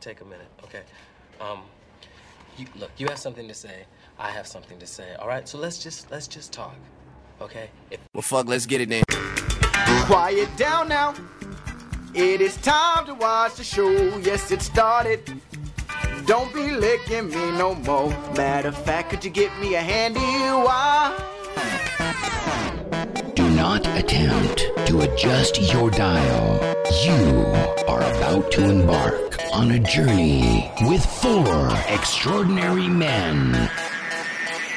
take a minute. Okay. Um, you, look, you have something to say. I have something to say. All right. So let's just let's just talk. Okay. If Well, fuck, let's get it then. Quiet down now. It is time to watch the show. Yes, it started. Don't be licking me no more. Matter of fact, could you get me a handy wire? Do not attempt to adjust your dial. You are about to embark on a journey with four extraordinary men.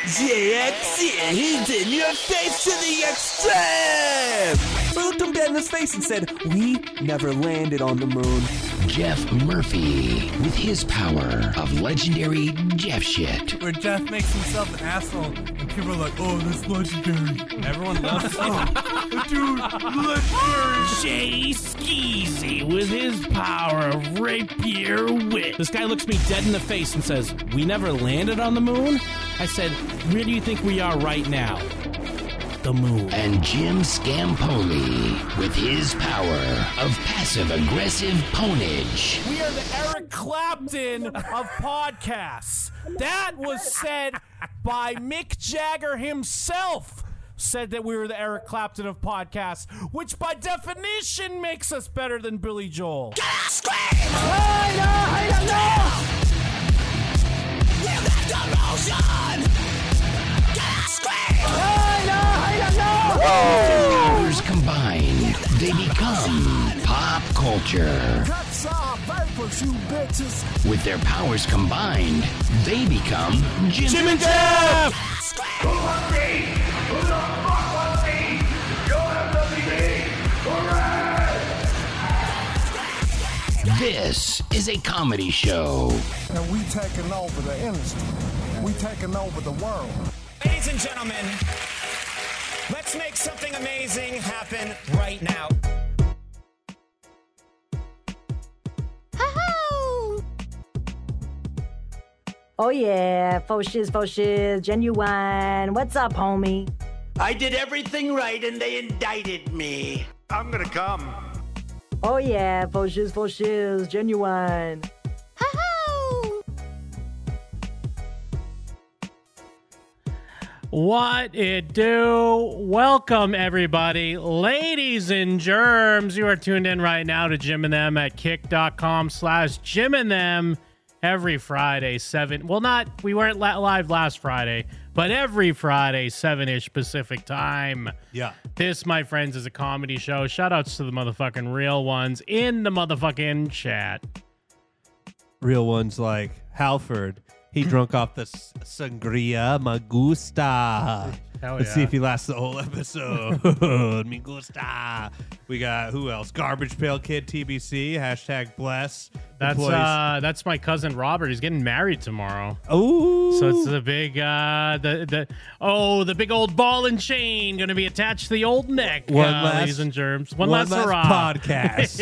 he's in your face to the extreme! I looked him dead in the face and said, We never landed on the moon. Jeff Murphy with his power of legendary Jeff shit. Where Jeff makes himself an asshole, and people are like, "Oh, that's legendary." And everyone loves it. Dude, legendary. Jay Skeezy with his power of rapier wit. This guy looks me dead in the face and says, We never landed on the moon? I said, Where do you think we are right now? The moon. And Jim Scampoli with his power of passive aggressive ponage. We are the Eric Clapton of podcasts. That was said by Mick Jagger himself. Said that we were the Eric Clapton of podcasts, which by definition makes us better than Billy Joel. Powers combined, they become pop culture. That's our vapors, you bitches. With their powers combined, they become Jim, and Jeff. This is a comedy show. And we taking over the industry. We taking over the world. Ladies and gentlemen, let's make something amazing happen right now. Oh yeah, faux shiz, faux shiz, genuine. What's up, homie? I did everything right and they indicted me. I'm gonna come. Oh yeah, faux shiz, faux shiz, genuine. What it do? Welcome, everybody. Ladies and germs, you are tuned in right now to Jim and Them at kick.com slash Jim and Them every Friday, 7. Well, not, we weren't la- live last Friday, but every Friday, 7 ish Pacific time. Yeah. This, my friends, is a comedy show. Shout outs to the motherfucking real ones in the motherfucking chat. Real ones like Halford. He drunk off the s- sangria magusta. Hell Let's yeah. see if he lasts the whole episode. Me gusta. We got who else? Garbage Pail Kid TBC. Hashtag bless. That's Employees- uh, that's my cousin Robert. He's getting married tomorrow. Ooh. So it's the big uh the the oh the big old ball and chain gonna be attached to the old neck, One uh, last- ladies and germs. One, one last, hurrah. podcast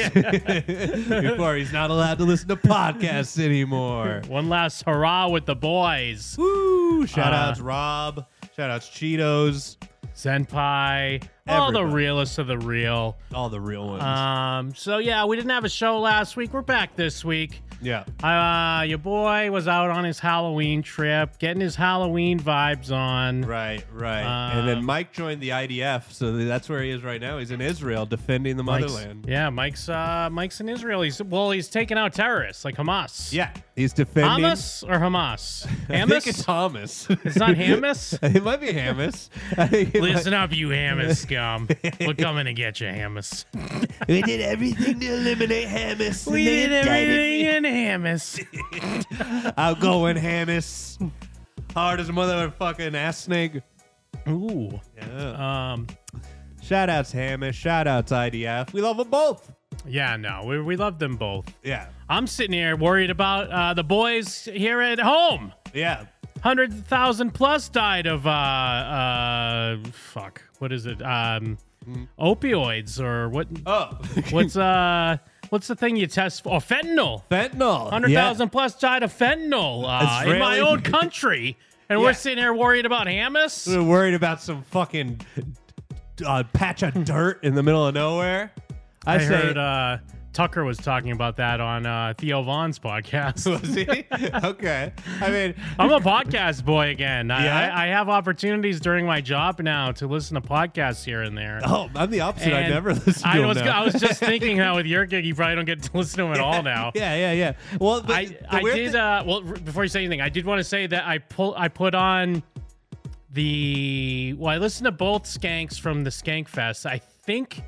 before he's not allowed to listen to podcasts anymore. One last hurrah with the boys. Woo! Shout Uh, outs Rob. Shout outs Cheetos. Senpai, all the Everybody. realest of the real. All the real ones. Um, so yeah, we didn't have a show last week. We're back this week. yeah. Uh, your boy was out on his Halloween trip, getting his Halloween vibes on. Right, right. and then um, Mike joined the IDF, so that's where he is right now. He's in Israel defending the Mike's- motherland. yeah, Mike's uh, Mike's in Israel. He's well, he's taking out terrorists like Hamas. Yeah, he's defending. Hamas or Hamas? I think it's Hamas? Thomas. It's not Hamas? it might be Hamas. I think it might- Listen up, you Hamas scum. We're coming to get you, Hamas. we did everything to eliminate Hamas. and We they did indicted everything me. in Hamas. Outgoing Hamas. Hard as a motherfucking ass snake. Ooh. Yeah. Um. shout outs Hamas. Shout outs IDF. We love them both. Yeah. No. We we love them both. Yeah. I'm sitting here worried about uh, the boys here at home. Yeah. Hundred thousand plus died of uh uh fuck. What is it? Um, Hmm. opioids or what? Oh. What's uh? What's the thing you test for? Oh, fentanyl. Fentanyl. Hundred Yeah. thousand plus died of fentanyl uh, Israeli- in my own country, and we're Yeah. sitting here worried about Hamas. We're worried about some fucking uh, patch of dirt in the middle of nowhere. I, I say, heard uh, Tucker was talking about that on uh, Theo Vaughn's podcast. Was he? okay. I mean, I'm a podcast boy again. I, Yeah? I, I have opportunities during my job now to listen to podcasts here and there. Oh, I'm the opposite. I And never listen to I him was, now. I was just thinking how with your gig, you probably don't get to listen to him at all now. Yeah, yeah, yeah. Well, but I, the I weird did. thing- Uh, well, r- before you say anything, I did want to say that I pull. I put on the. Well, I listened to both skanks from the Skank Fest. I think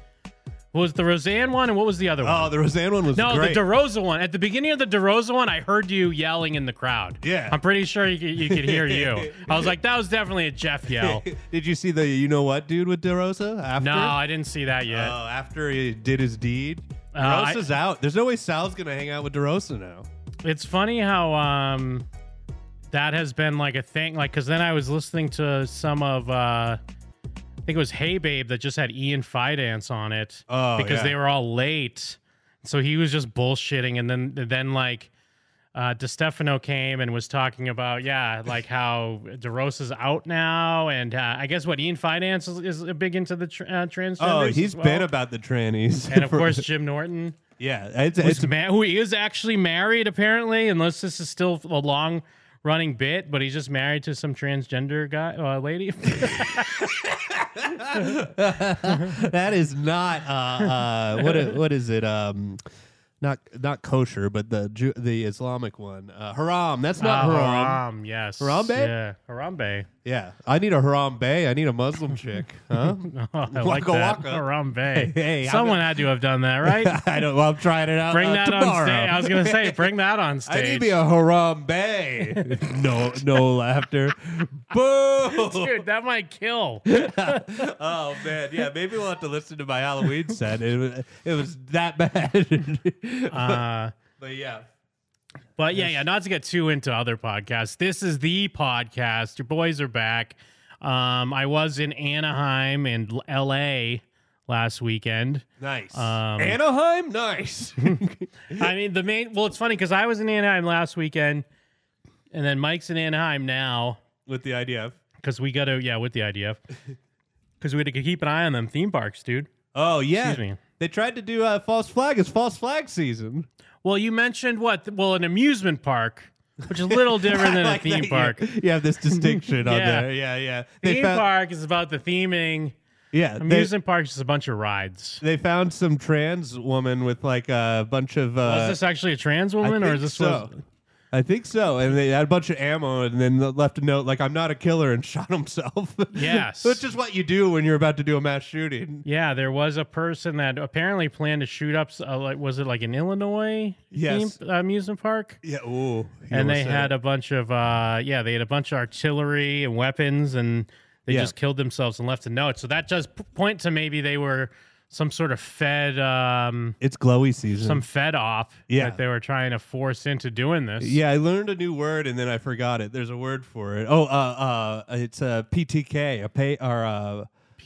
was the Roseanne one, and what was the other one? Oh, the Roseanne one was no, great. the DeRosa one. At the beginning of the DeRosa one, I heard you yelling in the crowd. Yeah. I'm pretty sure you, could- you could hear you. I was like, that was definitely a Jeff yell. did you see the you know what dude with DeRosa after? No, I didn't see that yet. Oh, after he did his deed, Uh, I- DeRosa's out. There's no way Sal's gonna hang out with DeRosa now. It's funny how um that has been like a thing like cuz then I was listening to some of uh I think it was Hey Babe that just had Ian Fidance on it Oh, because yeah. they were all late. So he was just bullshitting and then then like uh DeStefano came and was talking about yeah, like how DeRosa's out now and uh, I guess what Ian Fidance is, is a big into the tr uh, transgender. Oh, he's he's been about the trannies, and of for- course Jim Norton yeah, it's, who's it's ma- who he is actually married apparently unless this is still a long running bit but he's just married to some transgender guy uh, lady that is not uh, uh, what i- what is it? Um, not not kosher, but the Ju- the Islamic one, uh, haram. That's not Ah, haram. haram yes Harambe? yeah harambe Yeah, I need a haram bay. I need a Muslim chick, huh? I like Waka that. waka. Harambe. Hey, I'm- Someone had to have done that, right? I don't. Well, I'm trying it out. bring uh, that on tomorrow. stage. I was gonna say, bring that on I stage. need to be a harambe. no, no laughter. Boo! Dude, that might kill. oh man, yeah. Maybe we'll have to listen to my Halloween set. It was, it was that bad. Uh, but yeah, But yeah, yeah, not to get too into other podcasts. This is the podcast. Your boys are back. Um, I was in Anaheim and L- L.A. last weekend. nice. Um, Anaheim, nice. I mean, the main. Well, it's funny because I was in Anaheim last weekend, and then Mike's in Anaheim now With the IDF. because we got to yeah with the IDF because we had to keep an eye on them theme parks, dude. Oh yeah. Excuse me. They tried to do a uh, false flag. It's false flag season. Well, you mentioned what? Well, an amusement park, which is a little different than Like a theme that, park. You, you have this distinction on Yeah. there. Yeah, yeah. Theme park is about the theming. Yeah, they, Amusement parks is a bunch of rides. they found some trans woman with like a bunch of. Was Uh, this actually a trans I woman, or think is this so. was- I think so, and they had a bunch of ammo, and then left a note like "I'm not a killer" and shot himself. Yes. which is what you do when you're about to do a mass shooting. Yeah, there was a person that apparently planned to shoot up. Uh, like, was it like an Illinois Yes. theme, uh, amusement park? Yeah. Ooh. and they had a bunch of uh, yeah, they had a bunch of artillery and weapons, and they Yeah. just killed themselves and left a note. So that does p- point to maybe they were some sort of fed, um, It's glowy season. some fed off Yeah. that they were trying to force into doing this. yeah, I learned a new word and then I forgot it. There's a word for it. Oh, uh, uh, it's a PTK, a pay or uh,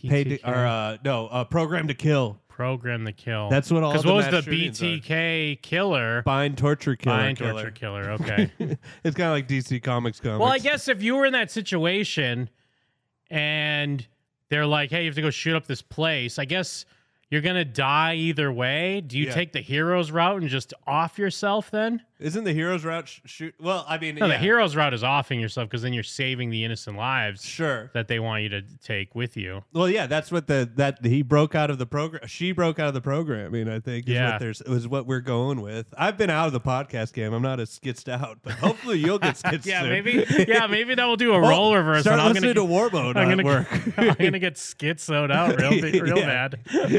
pay to, PTK. or uh, no, a program to kill, Program the kill. That's what all Because the what was the mass shootings are. BTK killer? bind, torture, killer, Bind killer. torture killer. Okay. it's kind of like DC Comics comics. Well, I guess if you were in that situation and they're like, hey, you have to go shoot up this place, I guess you're going to die either way. Do you Yeah. take the hero's route and just off yourself then? isn't the hero's route sh- shoot? Well, I mean, No, the yeah, hero's route is offing yourself because then you're saving the innocent lives Sure. that they want you to take with you. Well, yeah, that's what the that he broke out of the program. She broke out of the program. I mean, I think is Yeah. what there's is what we're going with. I've been out of the podcast game. I'm not as skitzed out, but hopefully you'll get skitzed. Yeah, soon. maybe. Yeah, maybe that will do a Oh, roll reverse. Start and I'm listening gonna, to War Mode I'm gonna, at work. I'm gonna get schizoed out real, bi- real Yeah.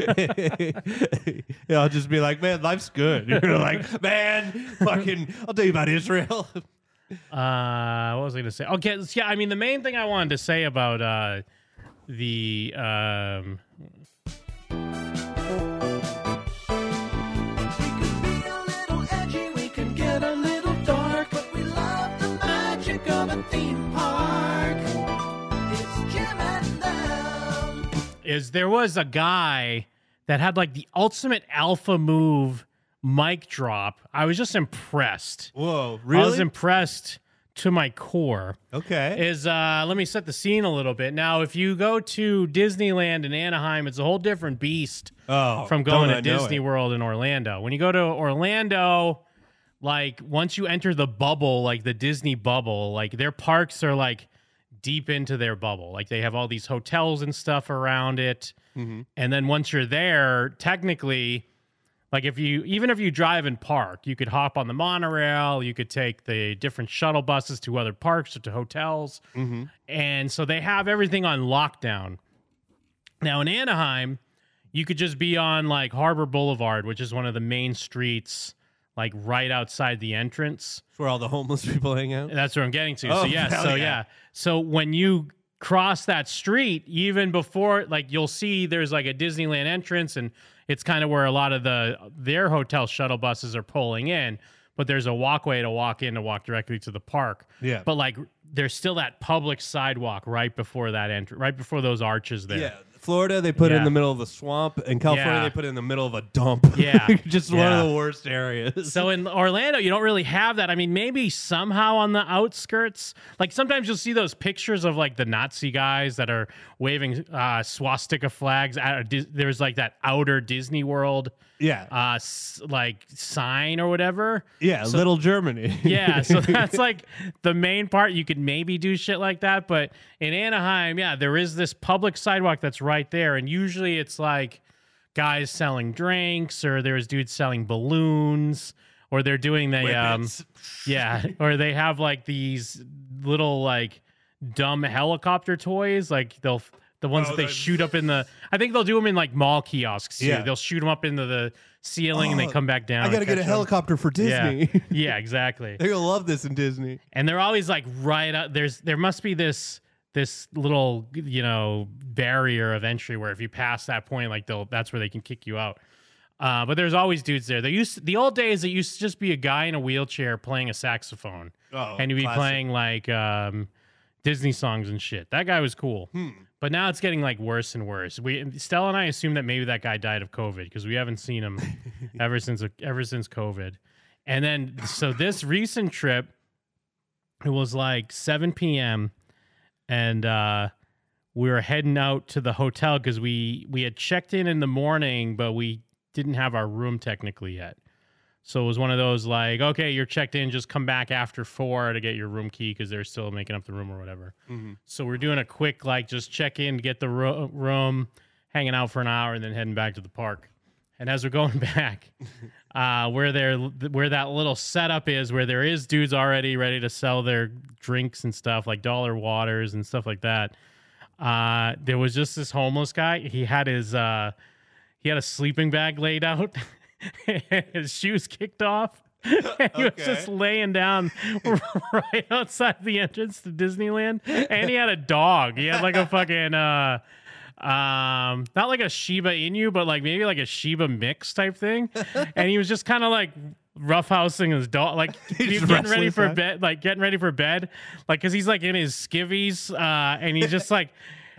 bad. yeah, I'll just be like, man, life's good. You're like, man, fucking, I'll tell you about Israel. Uh, what was I going to say? Okay, so yeah. I mean, the main thing I wanted to say about uh, the um, is there was a guy that had like the ultimate alpha move mic drop. I was just impressed. Whoa, I was impressed to my core. Okay. Is uh let me set the scene a little bit. Now, if you go to Disneyland in Anaheim, it's a whole different beast Oh, from going don't to I know Disney it. World in Orlando. When you go to Orlando, like once you enter the bubble, like the Disney bubble, like their parks are like deep into their bubble. Like they have all these hotels and stuff around it. Mm-hmm. Mhm. And then once you're there, technically, like if you even if you drive and park, you could hop on the monorail, you could take the different shuttle buses to other parks or to hotels. Mm-hmm. And so they have everything on lockdown. Now in Anaheim, you could just be on like Harbor Boulevard, which is one of the main streets, like right outside the entrance. That's where all the homeless people hang out. That's where I'm getting to. Oh, so yeah, hell so yeah. yeah. So when you cross that street, even before like you'll see there's like a Disneyland entrance and it's kind of where a lot of the their hotel shuttle buses are pulling in, but there's a walkway to walk in to walk directly to the park. Yeah. But like there's still that public sidewalk right before that entrance, right before those arches there. Yeah. Florida, they put it in Yeah. the middle of the swamp. In California, Yeah. they put it in the middle of a dump. Yeah. Just one Yeah. of the worst areas. So in Orlando, you don't really have that. I mean, maybe somehow on the outskirts, like sometimes you'll see those pictures of like the Nazi guys that are waving uh, swastika flags. At a Dis- There's like that outer Disney World, Yeah. uh, s- like sign or whatever. Yeah, So- Little Germany. yeah, so that's like the main part. You could maybe do shit like that, but in Anaheim, yeah, there is this public sidewalk that's right there, and usually it's like guys selling drinks, or there's dudes selling balloons, or they're doing the um, yeah, or they have like these little like dumb helicopter toys, like they'll. The ones Oh, that they the- shoot up in the, I think they'll do them in like mall kiosks. Too. Yeah. they'll shoot them up into the ceiling and they Oh, come back down. I and got to get a catch 'em. helicopter for Yeah. Disney. yeah exactly. They're going to love this in Disney. and they're always like right up there's there must be this this little you know barrier of entry where if you pass that point like they'll that's where they can kick you out uh, but there's always dudes there. There used the old days. It used to just be a guy in a wheelchair playing a saxophone, Oh, and he'd be classic. playing like um, Disney songs and shit. That guy was cool. But now it's getting like worse and worse. We Stella and I assume that maybe that guy died of COVID because we haven't seen him ever since ever since COVID. And then so this recent trip, it was like 7 p.m. and uh, we were heading out to the hotel because we we had checked in in the morning, but we didn't have our room technically yet. So it was one of those like, okay, you're checked in, just come back after four to get your room key because they're still making up the room or whatever. Mhm. So we're doing a quick like just check in, get the ro- room, hanging out for an hour, and then heading back to the park. And as we're going back, uh, where there where that little setup is, where there is dudes already ready to sell their drinks and stuff like dollar waters and stuff like that. Uh, there was just this homeless guy. He had his uh, he had a sleeping bag laid out. his shoes kicked off. and he was just laying down right outside the entrance to Disneyland. And he had a dog. He had like a fucking uh um not like a Shiba Inu, but like maybe like a Shiba mix type thing. and he was just kind of like roughhousing his dog like he's just getting ready wrestling for that. bed like getting ready for bed like because he's like in his skivvies uh and he's just like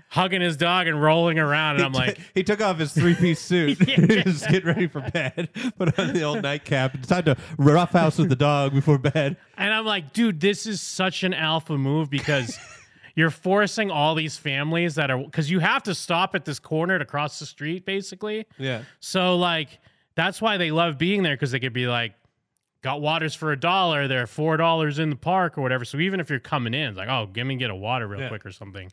hugging his dog and rolling around and i'm like he took off his three piece suit. Just get ready for bed. Put on the old nightcap. It's time to roughhouse with the dog before bed. And I'm like, dude, this is such an alpha move because you're forcing all these families that are because you have to stop at this corner to cross the street, basically. Yeah. So like that's why they love being there because they could be like, got waters for a dollar. They're four dollars in the park or whatever. So even if you're coming in, it's like, oh, give me get a water real Yeah. quick or something.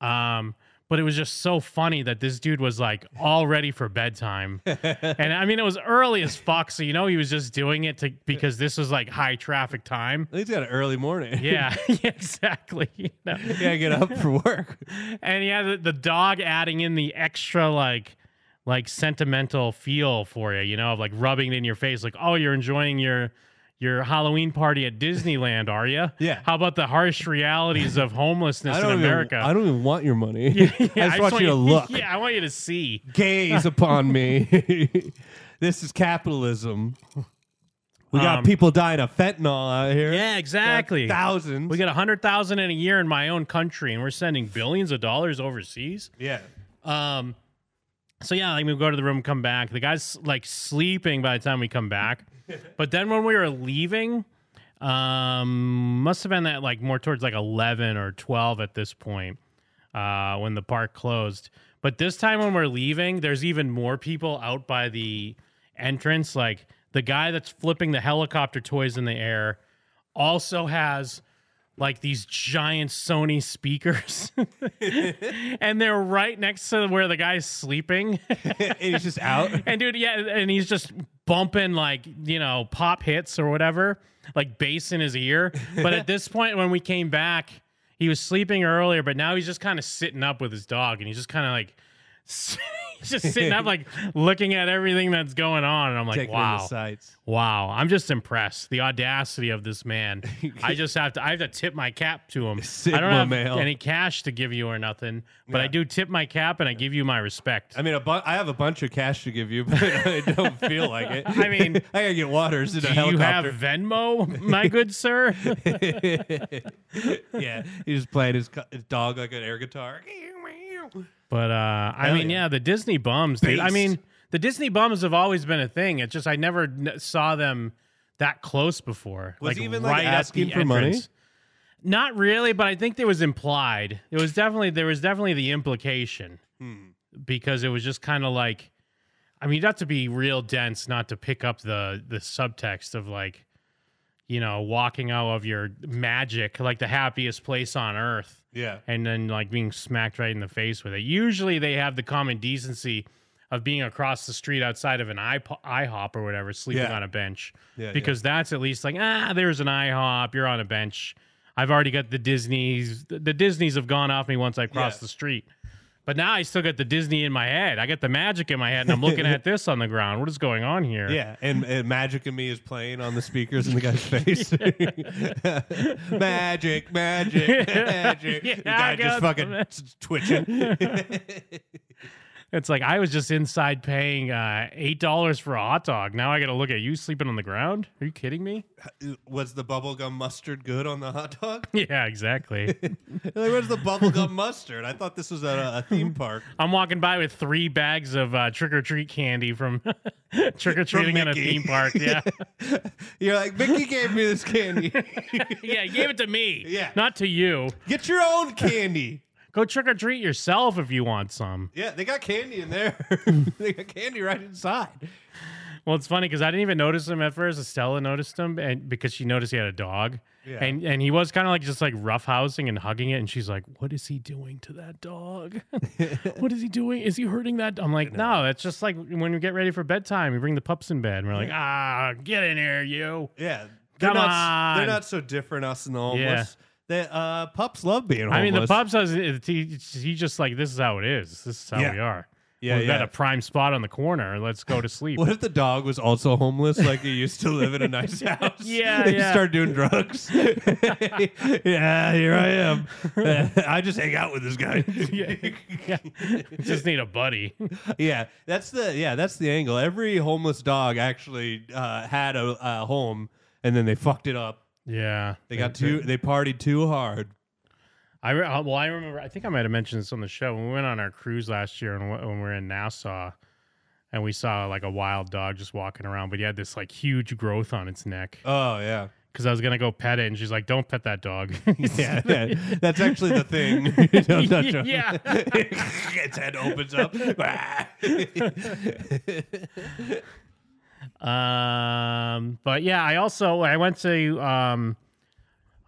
Um, but it was just so funny that this dude was like all ready for bedtime. and I mean it was early as fuck, so you know he was just doing it to because this was like high traffic time. He's got an early morning. Yeah, exactly. You know? Yeah, get up for work. And yeah, the, the dog adding in the extra like like sentimental feel for you, you know, of like rubbing it in your face, like, oh, you're enjoying your your Halloween party at Disneyland, are you? Yeah. How about the harsh realities of homelessness I in don't even- America? I don't even want your money. I just want want you to look. Yeah, I want you to see. Gaze upon me. this is capitalism. We got Um, people dying of fentanyl out here. Yeah, exactly. Got thousands. We got a hundred thousand in a year in my own country, and we're sending billions of dollars overseas. Yeah. Um. So yeah, like we go to the room, come back. The guy's like sleeping by the time we come back. But then when we were leaving, Um, must have been at like more towards like 11 or 12 at this point uh, when the park closed. But this time when we're leaving, there's even more people out by the entrance. Like the guy that's flipping the helicopter toys in the air also has like these giant Sony speakers, and they're right next to where the guy's sleeping. and he's just out. And dude, yeah, and he's just bumping like you know pop hits or whatever, like bass in his ear. But at this point, when we came back, he was sleeping earlier, but now he's just kind of sitting up with his dog, and he's just kind of like. he's just sitting up, like looking at everything that's going on, and I'm like, Taking in the "Wow, sights. Wow, I'm just impressed. The audacity of this man. I just have to. I have to tip my cap to him. I don't Sigma have male. any cash to give you or nothing, but I do tip my cap and I give you my respect. I mean, a bu- I have a bunch of cash to give you, but I don't feel like it. I mean, I gotta get waters in do a you have helicopter. Venmo, my good sir? yeah, he just playing his, cu- his dog like an air guitar. But uh, I Hell mean, yeah. the Disney bums, dude. I mean, the Disney bums have always been a thing. It's just I never n- saw them that close before. Was like he even, like, right at asking the for money? entrance. Not really, but I think it was implied. It was definitely there was definitely the implication Hmm. because it was just kind of like, I mean, not to be real dense, not to pick up the the subtext of like, you know, walking out of your magic, like the happiest place on earth Yeah. and then like being smacked right in the face with it. Usually they have the common decency of being across the street outside of an iP- IHOP or whatever, sleeping Yeah. on a bench, Yeah, because that's at least like ah, there's an IHOP, you're on a bench. I've already got the Disney's. The Disney's have gone off me once I crossed Yeah. the street, but now I still got the Disney in my head. I got the magic in my head, and I'm looking at this on the ground. What is going on here? Yeah, and, and Magic and Me is playing on the speakers in the guy's face. magic, magic, magic. Yeah, the I guy just got fucking the- t- twitching. It's like I was just inside paying uh, eight dollars for a hot dog. Now I got to look at you sleeping on the ground. Are you kidding me? Was the bubblegum mustard good on the hot dog? Yeah, exactly. like, where's the bubblegum mustard? I thought this was at a, a theme park. I'm walking by with three bags of uh, trick or treat candy from trick or treating in From a Mickey. theme park. Yeah, You're like, Mickey gave me this candy. yeah, you gave it to me. Yeah. not to you. Get your own candy. Go trick or treat yourself if you want some. Yeah, they got candy in there. they got candy right inside. Well, it's funny because I didn't even notice him at first. Estella noticed him, and because she noticed he had a dog, Yeah. and and he was kind of like just like roughhousing and hugging it, and she's like, "What is he doing to that dog? what is he doing? Is he hurting that?" I'm like, "No, that's just like when we get ready for bedtime, we bring the pups in bed, and we're like, ah, get in here, you." Yeah. Come they're not, on. They're not so different, us and the homeless. They, uh, pups love being homeless. I mean, the pub says it- he, he just like this is how it is. This is how Yeah. we are. Yeah, we've got yeah. a prime spot on the corner. Let's go to sleep. What if the dog was also homeless? Like he used to live in a nice house. Yeah, They yeah. start doing drugs. yeah, here I am. I just hang out with this guy. yeah, yeah. just need a buddy. yeah, that's the yeah that's the angle. Every homeless dog actually uh, had a, a home, and then they fucked it up. Yeah, They got too they partied too hard. I re- uh, well, I remember. I think I might have mentioned this on the show when we went on our cruise last year, and wh- when we were in Nassau, and we saw like a wild dog just walking around, but he had this like huge growth on its neck. Oh yeah. Because I was gonna go pet it, and she's like, "Don't pet that dog." Yeah, yeah. that's actually the thing. Don't touch him. Yeah. its head opens up. Um, but yeah, I also I went to um,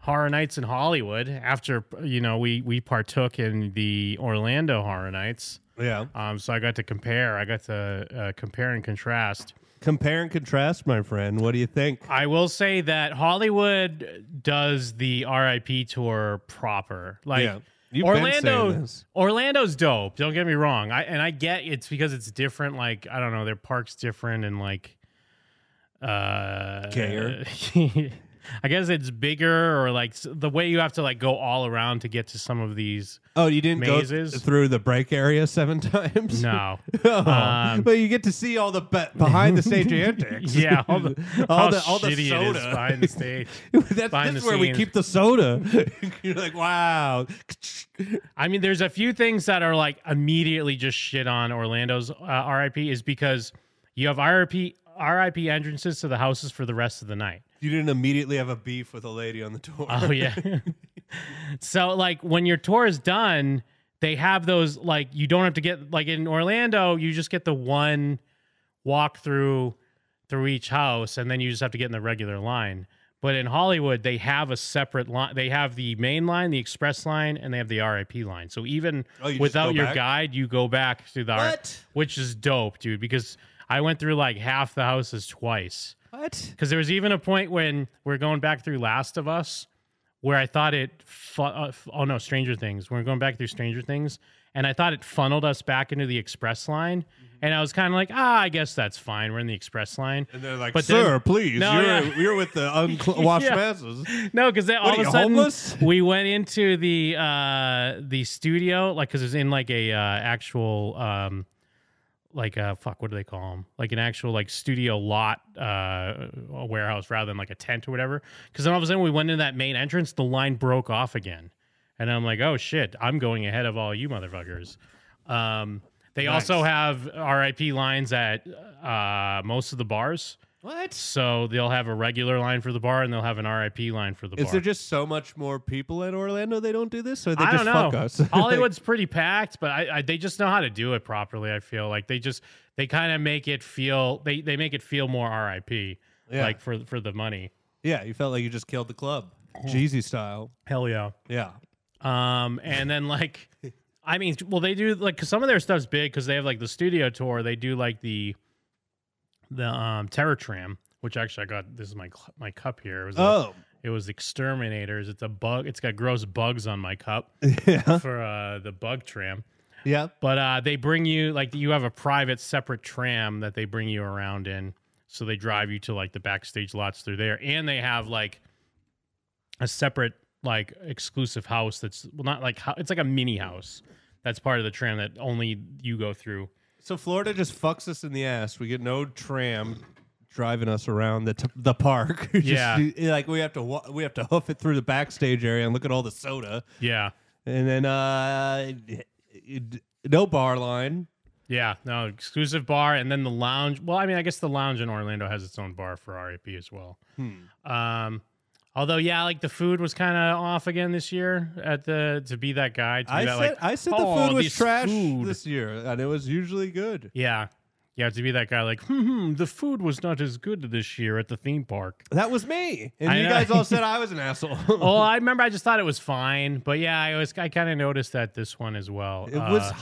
Horror Nights in Hollywood after you know we we partook in the Orlando Horror Nights. yeah. Um, so I got to compare. I got to uh, compare and contrast. Compare and contrast, my friend. What do you think? I will say that Hollywood does the RIP tour proper. Like Yeah. You've been Orlando, saying this. Orlando's dope. Don't get me wrong. I and I get it's because it's different. Like I don't know, their park's different and like uh Gayer. I guess it's bigger or like s- the way you have to like go all around to get to some of these. Oh, you didn't go Mazes. th- through the break area seven times? No. Oh, Um, but you get to see all the be- behind the stage antics. Yeah, all the, all how the all the shitty it is soda. behind the stage. that's behind that's the where we scenes. keep the soda. You're like, wow. I mean, there's a few things that are like immediately just shit on Orlando's uh, RIP is because you have RIP RIP entrances to the houses for the rest of the night. You didn't immediately have a beef with a lady on the tour. Oh yeah. so like when your tour is done, they have those like you don't have to get like in Orlando, you just get the one walk through through each house and then you just have to get in the regular line. But in Hollywood, they have a separate line. They have the main line, the express line, and they have the RIP line. So even Oh, you just without go your back? guide, you go back through the What? which is dope, dude, because I went through like half the houses twice. What? Because there was even a point when we're going back through Last of Us, where I thought it. Fu- uh, f- oh no, Stranger Things. We We're going back through Stranger Things, and I thought it funneled us back into the express line, and I was kind of like, ah, I guess that's fine. We're in the express line, and they're like, "Sir, please, you're- you're with the unwashed masses." No, because What all are of a you, sudden homeless? we went into the uh the studio, like because it was in like a uh, actual um like uh fuck what do they call them like an actual like studio lot uh a warehouse rather than like a tent or whatever because then all of a sudden we went into that main entrance the line broke off again and i'm like oh shit i'm going ahead of all you motherfuckers um they Nice. also have rip lines at uh most of the bars What? so they'll have a regular line for the bar and they'll have an rip line for the Is bar there just so much more people in Orlando they don't do this, or they I just don't know. fuck us? Hollywood's pretty packed, but I, I, they just know how to do it properly. I feel like they just they kind of make it feel they they make it feel more RIP, Yeah. like for for the money. yeah, you felt like you just killed the club, Jeezy style. Hell yeah, yeah. Um, and then like, I mean, well, they do like 'cause some of their stuff's big because they have like the studio tour. They do like the the um Terror Tram, which actually I got. This is my cl- my cup here. It was a- Oh. it was Exterminators. It's a bug. It's got gross bugs on my cup for uh the bug tram. Yeah. But uh, they bring you like you have a private separate tram that they bring you around in. So they drive you to like the backstage lots through there, and they have like a separate like exclusive house that's well not like hou- it's like a mini house that's part of the tram that only you go through. So Florida just fucks us in the ass. We get no tram driving us around the t- the park. Just, Yeah. like we have to wa- we have to hoof it through the backstage area and look at all the soda. Yeah. And then uh it- it- no bar line. Yeah, no exclusive bar, and then the lounge. Well, I mean, I guess the lounge in Orlando has its own bar for RIP as well. Hmm. Um, although, yeah, like the food was kind of off again this year at the to be that guy. To be I that, said like, I said "Oh, the food was this trash food." this year and it was usually good. Yeah, yeah, to be that guy. Like, hmm, hmm, the food was not as good this year at the theme park. That was me. And I you know. guys all said I was an asshole. oh, I remember. I just thought it was fine, but yeah, I was. I kind of noticed that this one as well. it was Uh,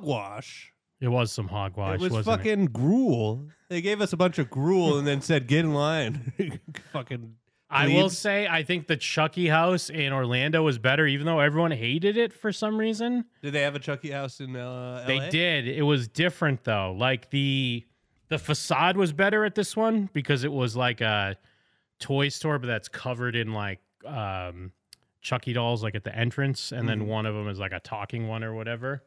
hogwash. It was some hogwash. it was wasn't fucking gruel. They gave us a bunch of gruel and then said get in line. fucking I will plebes. say, I think the Chucky House in Orlando was better, even though everyone hated it for some reason. Did they have a Chucky House in uh, LA? They did. It was different though. Like the the facade was better at this one because it was like a toy store, but that's covered in like um Chucky dolls, like at the entrance, and Mhm. then one of them is like a talking one or whatever.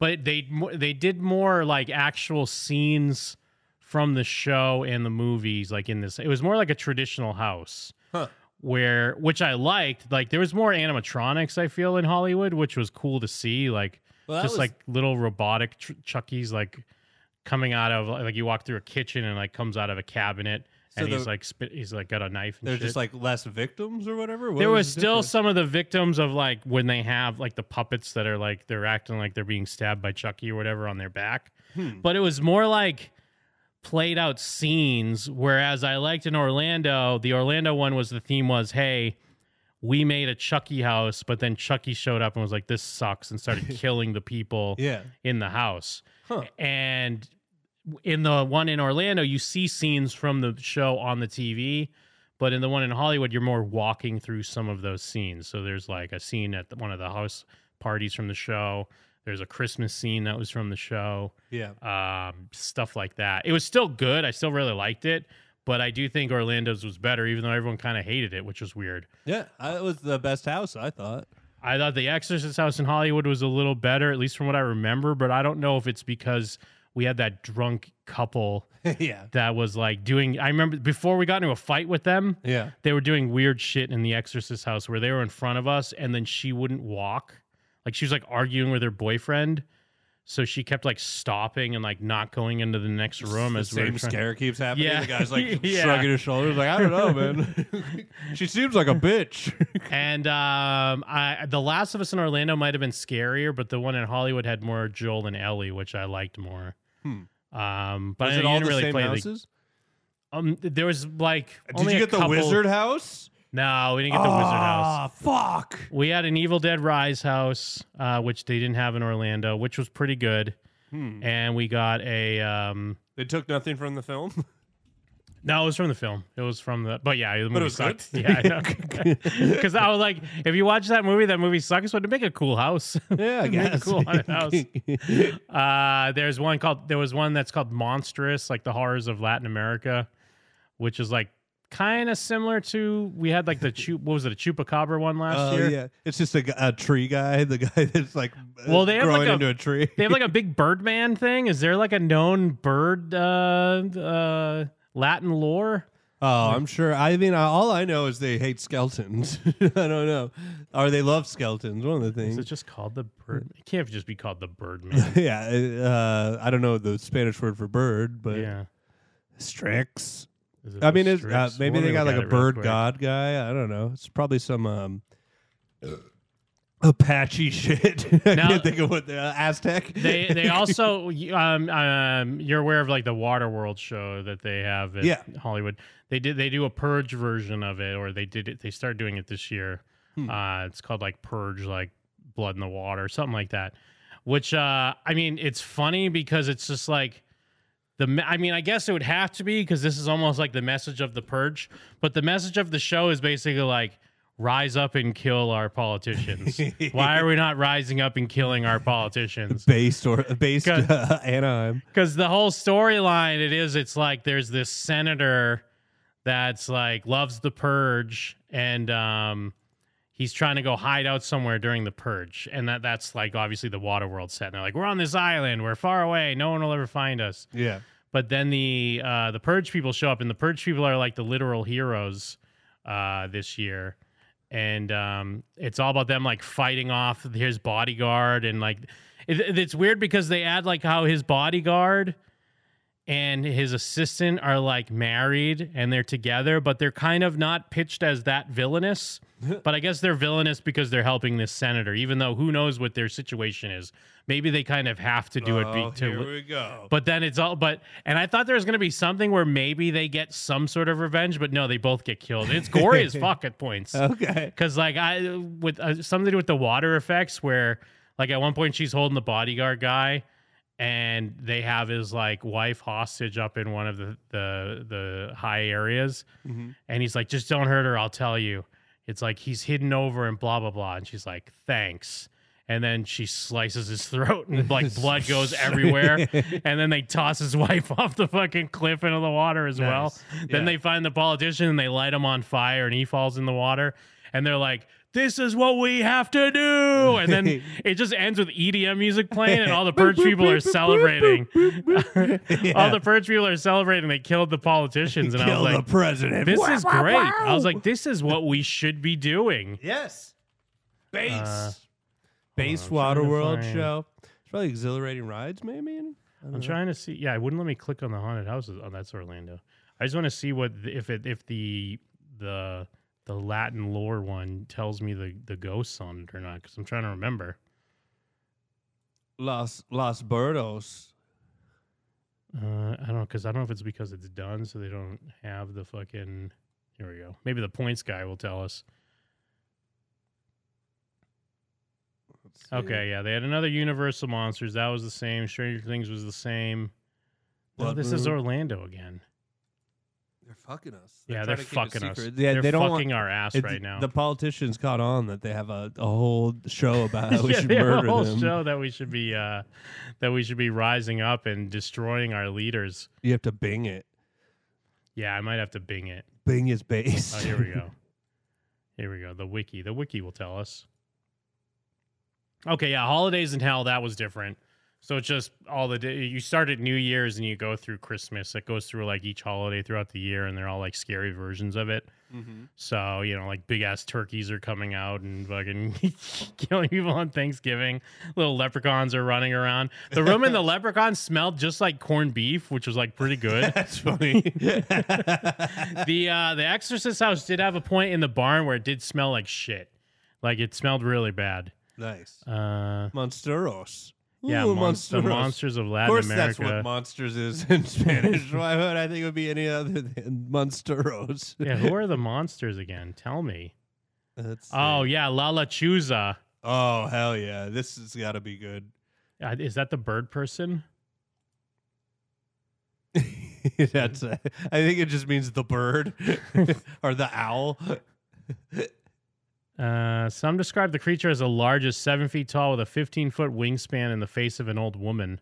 But they mo- they did more like actual scenes from the show and the movies, like in this. It was more like a traditional house. Huh. Where, which I liked, like there was more animatronics. I feel in Hollywood, which was cool to see. Like Well, that just was- like little robotic tr- Chuckies, like coming out of like you walk through a kitchen and like comes out of a cabinet, So and the- he's like spit, he's like got a knife. And They're shit. just like less victims or whatever. What there was, the still difference? some of the victims of like when they have like the puppets that are like they're acting like they're being stabbed by Chucky or whatever on their back, Hmm. but it was more like played out scenes. Whereas I liked in Orlando, the Orlando one was the theme was hey. We made a Chucky house, but then Chucky showed up and was like, "This sucks," and started killing the people Yeah. in the house. Huh. And in the one in Orlando, you see scenes from the show on the TV, but in the one in Hollywood, you're more walking through some of those scenes. So there's like a scene at the, one of the house parties from the show. There's a Christmas scene that was from the show. Yeah. Um, stuff like that. It was still good. I still really liked it, but I do think Orlando's was better, even though everyone kind of hated it, which was weird. Yeah, I- it was the best house I thought. I thought the Exorcist house in Hollywood was a little better, at least from what I remember, but I don't know if it's because we had that drunk couple yeah. that was like doing I remember before we got into a fight with them, Yeah. they were doing weird shit in the Exorcist house where they were in front of us and then she wouldn't walk. Like she was like arguing with her boyfriend. So she kept like stopping and like not going into the next room The as we were same trying- scare keeps happening. Yeah. The guy's like Yeah. shrugging his shoulders, like I don't know, man. she seems like a bitch. and um, I, the Last of Us in Orlando might have been scarier, but the one in Hollywood had more Joel and Ellie, which I liked more. Hmm. Um, but Was I it you all didn't the really same play houses? The, um, there was like Did only you a get the couple- wizard house? No, we didn't get the wizard Ah, house. Fuck. We had an Evil Dead Rise house, uh, which they didn't have in Orlando, which was pretty good. Hmm. And we got a um, They took nothing from the film. no, it was from the film. It was from the, but yeah, the movie it was good? sucked. Yeah, because I, was like, if you watch that movie, that movie sucks. But to make a cool house, yeah, I make a guess. cool haunted house. Uh, there's one called. There was one that's called Monstrous, like the horrors of Latin America, which is like kind of similar to we had like the chu- what was it a chupacabra one last Oh, year? yeah, it's just a, g- a tree guy, the guy that's like Well, they have growing like a, into a tree. they have like a big Birdman thing. Is there like a known bird uh, uh, Latin lore? Oh, I'm sure. I mean, I- all I know is they hate skeletons. I don't know, or they love skeletons. One of the things. Is it just called the bird? It can't just be called the Birdman. yeah, uh, I don't know the Spanish word for bird, but yeah. Strix. Is it the I mean, it's, uh, Strix? maybe Let they me got look at like a it real bird quick. god guy. I don't know. It's probably some um, Apache shit. I Now- can't think of what the uh, Aztec. they they also um, um you're aware of like the Waterworld show that they have at Yeah. Hollywood. They did they do a purge version of it, or they did it. They started doing it this year. Uh, it's called like purge, like blood in the water, something like that. Which uh, I mean, it's funny because it's just like the. me- I mean, I guess it would have to be because this is almost like the message of the purge. But the message of the show is basically like. Rise up and kill our politicians. Why are we not rising up and killing our politicians? based or based uh, Anaheim. because the whole storyline it is it's like there's this senator that's like loves the purge and um he's trying to go hide out somewhere during the purge and that that's like obviously the water world set and they're like we're on this island we're far away no one will ever find us Yeah. but then the uh the purge people show up and the purge people are like the literal heroes uh this year and um it's all about them like fighting off his bodyguard and like it, it- it's weird because they add like how his bodyguard and his assistant are like married and they're together but they're kind of not pitched as that villainous but i guess they're villainous because they're helping this senator even though who knows what their situation is maybe they kind of have to do it Oh, be- to here we go. but then it's all but and I thought there was gonna be something where maybe they get some sort of revenge, but no, they both get killed. It's gory as fuck at points. Oh, Okay. Because like I with uh, something to do with the water effects, where like at one point she's holding the bodyguard guy, and they have his like wife hostage up in one of the the the high areas, Mhm. and he's like, just don't hurt her, I'll tell you. It's like he's hidden over and blah blah blah, and she's like, thanks. And then she slices his throat and like blood goes everywhere. And then they toss his wife off the fucking cliff into the water as well. Nice. Then Yeah. they find the politician and they light him on fire and he falls in the water. And they're like, this is what we have to do. And then it just ends with EDM music playing and all the purge people are celebrating. All the purge people are celebrating. They killed the politicians. And I Kill was the like, president. This Wow, is wow, great. I was wow. like, this is what we should be doing. Yes. Base. Base Waterworld show. It's probably exhilarating rides, maybe. I'm Uh-huh. trying to see. Yeah, it wouldn't let me click on the haunted houses. Oh, that's Orlando. I just want to see what th- if it if the the the Latin lore one tells me the the ghosts on it or not because I'm trying to remember. Los Los Burdos. Uh, I don't know because I don't know if it's because it's done so they don't have the fucking. Here we go. Maybe the points guy will tell us. Okay, yeah, they had another Universal Monsters. That was the same. Stranger Things was the same. No, Blood this is Moon. Orlando again. They're fucking us. yeah, they're fucking us. Yeah, they're they don't fucking want, our ass it- right now. The politicians caught on that they have a, a whole show about how we Yeah, should they have murder a whole them. show that we should be uh, that we should be rising up and destroying our leaders. You have to Bing it. Yeah, I might have to Bing it. Bing is base. Oh, here we go. Here we go. The wiki. The wiki will tell us. Okay, yeah, holidays in hell. That was different. So it's just all the day. You start at New Year's and you go through Christmas. It goes through like each holiday throughout the year, and they're all like scary versions of it. So, you know, like big ass turkeys are coming out and fucking killing people on Thanksgiving. Little leprechauns are running around. The room and the leprechaun smelled just like corned beef, which was like pretty good. That's funny. the uh the Exorcist house did have a point in the barn where it did smell like shit. Like it smelled really bad. Nice. Uh Monsteros. Yeah, Ooh, monst- the monsters of Latin Of course, that's America. what monsters is in Spanish. Why would I think it would be any other than monsteros? yeah, who are the monsters again? Tell me. Let's see. Oh yeah, Lala Chusa. Oh hell yeah, this has got to be good. Uh, is that the bird person? that's. uh, I think it just means the bird or the owl. Uh, some describe the creature as a large as seven feet tall with a 15 foot wingspan and the face of an old woman.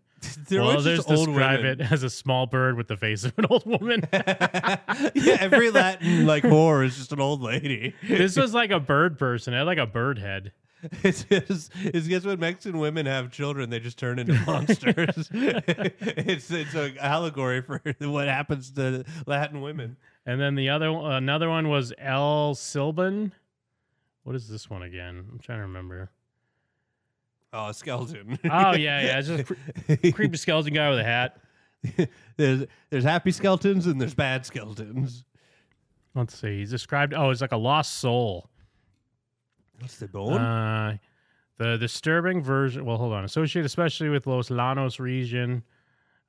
They're Well, always others just old describe women. it as a small bird with the face of an old woman. yeah, every Latin like horror is just an old lady. this was like a bird person. It had like a bird head. It's, it's, it's guess what Mexican women have children they just turn into monsters. it's it's an allegory for what happens to Latin women. And then the other another one was El Silban. What is this one again? I'm trying to remember. Oh, a skeleton. Oh yeah, yeah. It's just a cre- creepy skeleton guy with a hat. there's there's happy skeletons and there's bad skeletons. Let's see. He's described. Oh, it's like a lost soul. What's the bone? Uh, the disturbing version. Well, hold on. Associated especially with Los Llanos region.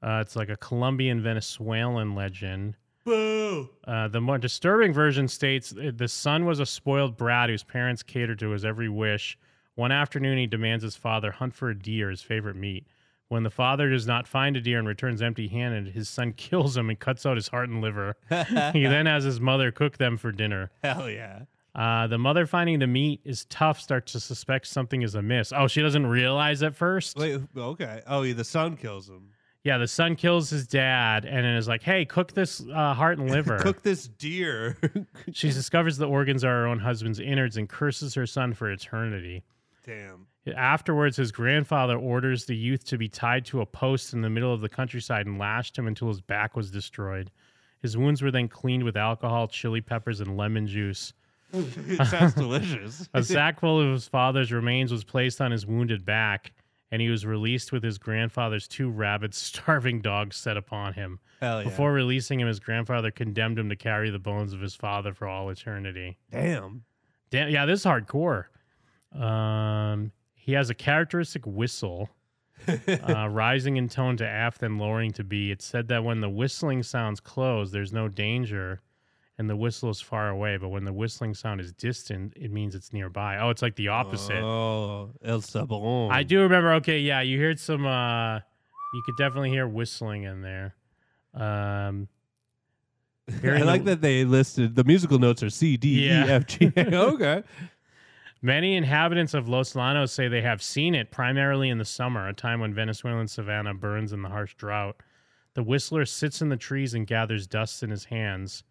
Uh, it's like a Colombian Venezuelan legend. Boo! Uh, the more disturbing version states uh, the son was a spoiled brat whose parents catered to his every wish. One afternoon, he demands his father hunt for a deer, his favorite meat. When the father does not find a deer and returns empty handed, his son kills him and cuts out his heart and liver. he then has his mother cook them for dinner. Hell yeah. Uh, the mother finding the meat is tough, starts to suspect something is amiss. Oh, she doesn't realize at first. Wait, okay. Oh, yeah, the son kills him. Yeah, the son kills his dad and then is like, hey, cook this uh, heart and liver. Cook this deer. She discovers the organs are her own husband's innards and curses her son for eternity. Damn. Afterwards, his grandfather orders the youth to be tied to a post in the middle of the countryside and lashed him until his back was destroyed. His wounds were then cleaned with alcohol, chili peppers, and lemon juice. it sounds delicious. A sack full of his father's remains was placed on his wounded back, and he was released with his grandfather's two rabid, starving dogs set upon him. Hell Oh, yeah. Before releasing him, his grandfather condemned him to carry the bones of his father for all eternity. Damn. Damn, yeah, this is hardcore. Um, he has a characteristic whistle, uh, rising in tone to aft, then lowering to B. It's said that when the whistling sounds close, there's no danger, and the whistle is far away. But when the whistling sound is distant, it means it's nearby. Oh, it's like the opposite. Oh, El Sabon. I do remember. Okay, yeah, you heard some. Uh, you could definitely hear whistling in there. Um, I hearing like the- that they listed the musical notes are C, D, E, Yeah. F, G. Okay. Many inhabitants of Los Llanos say they have seen it primarily in the summer, a time when Venezuelan savanna burns in the harsh drought. The whistler sits in the trees and gathers dust in his hands,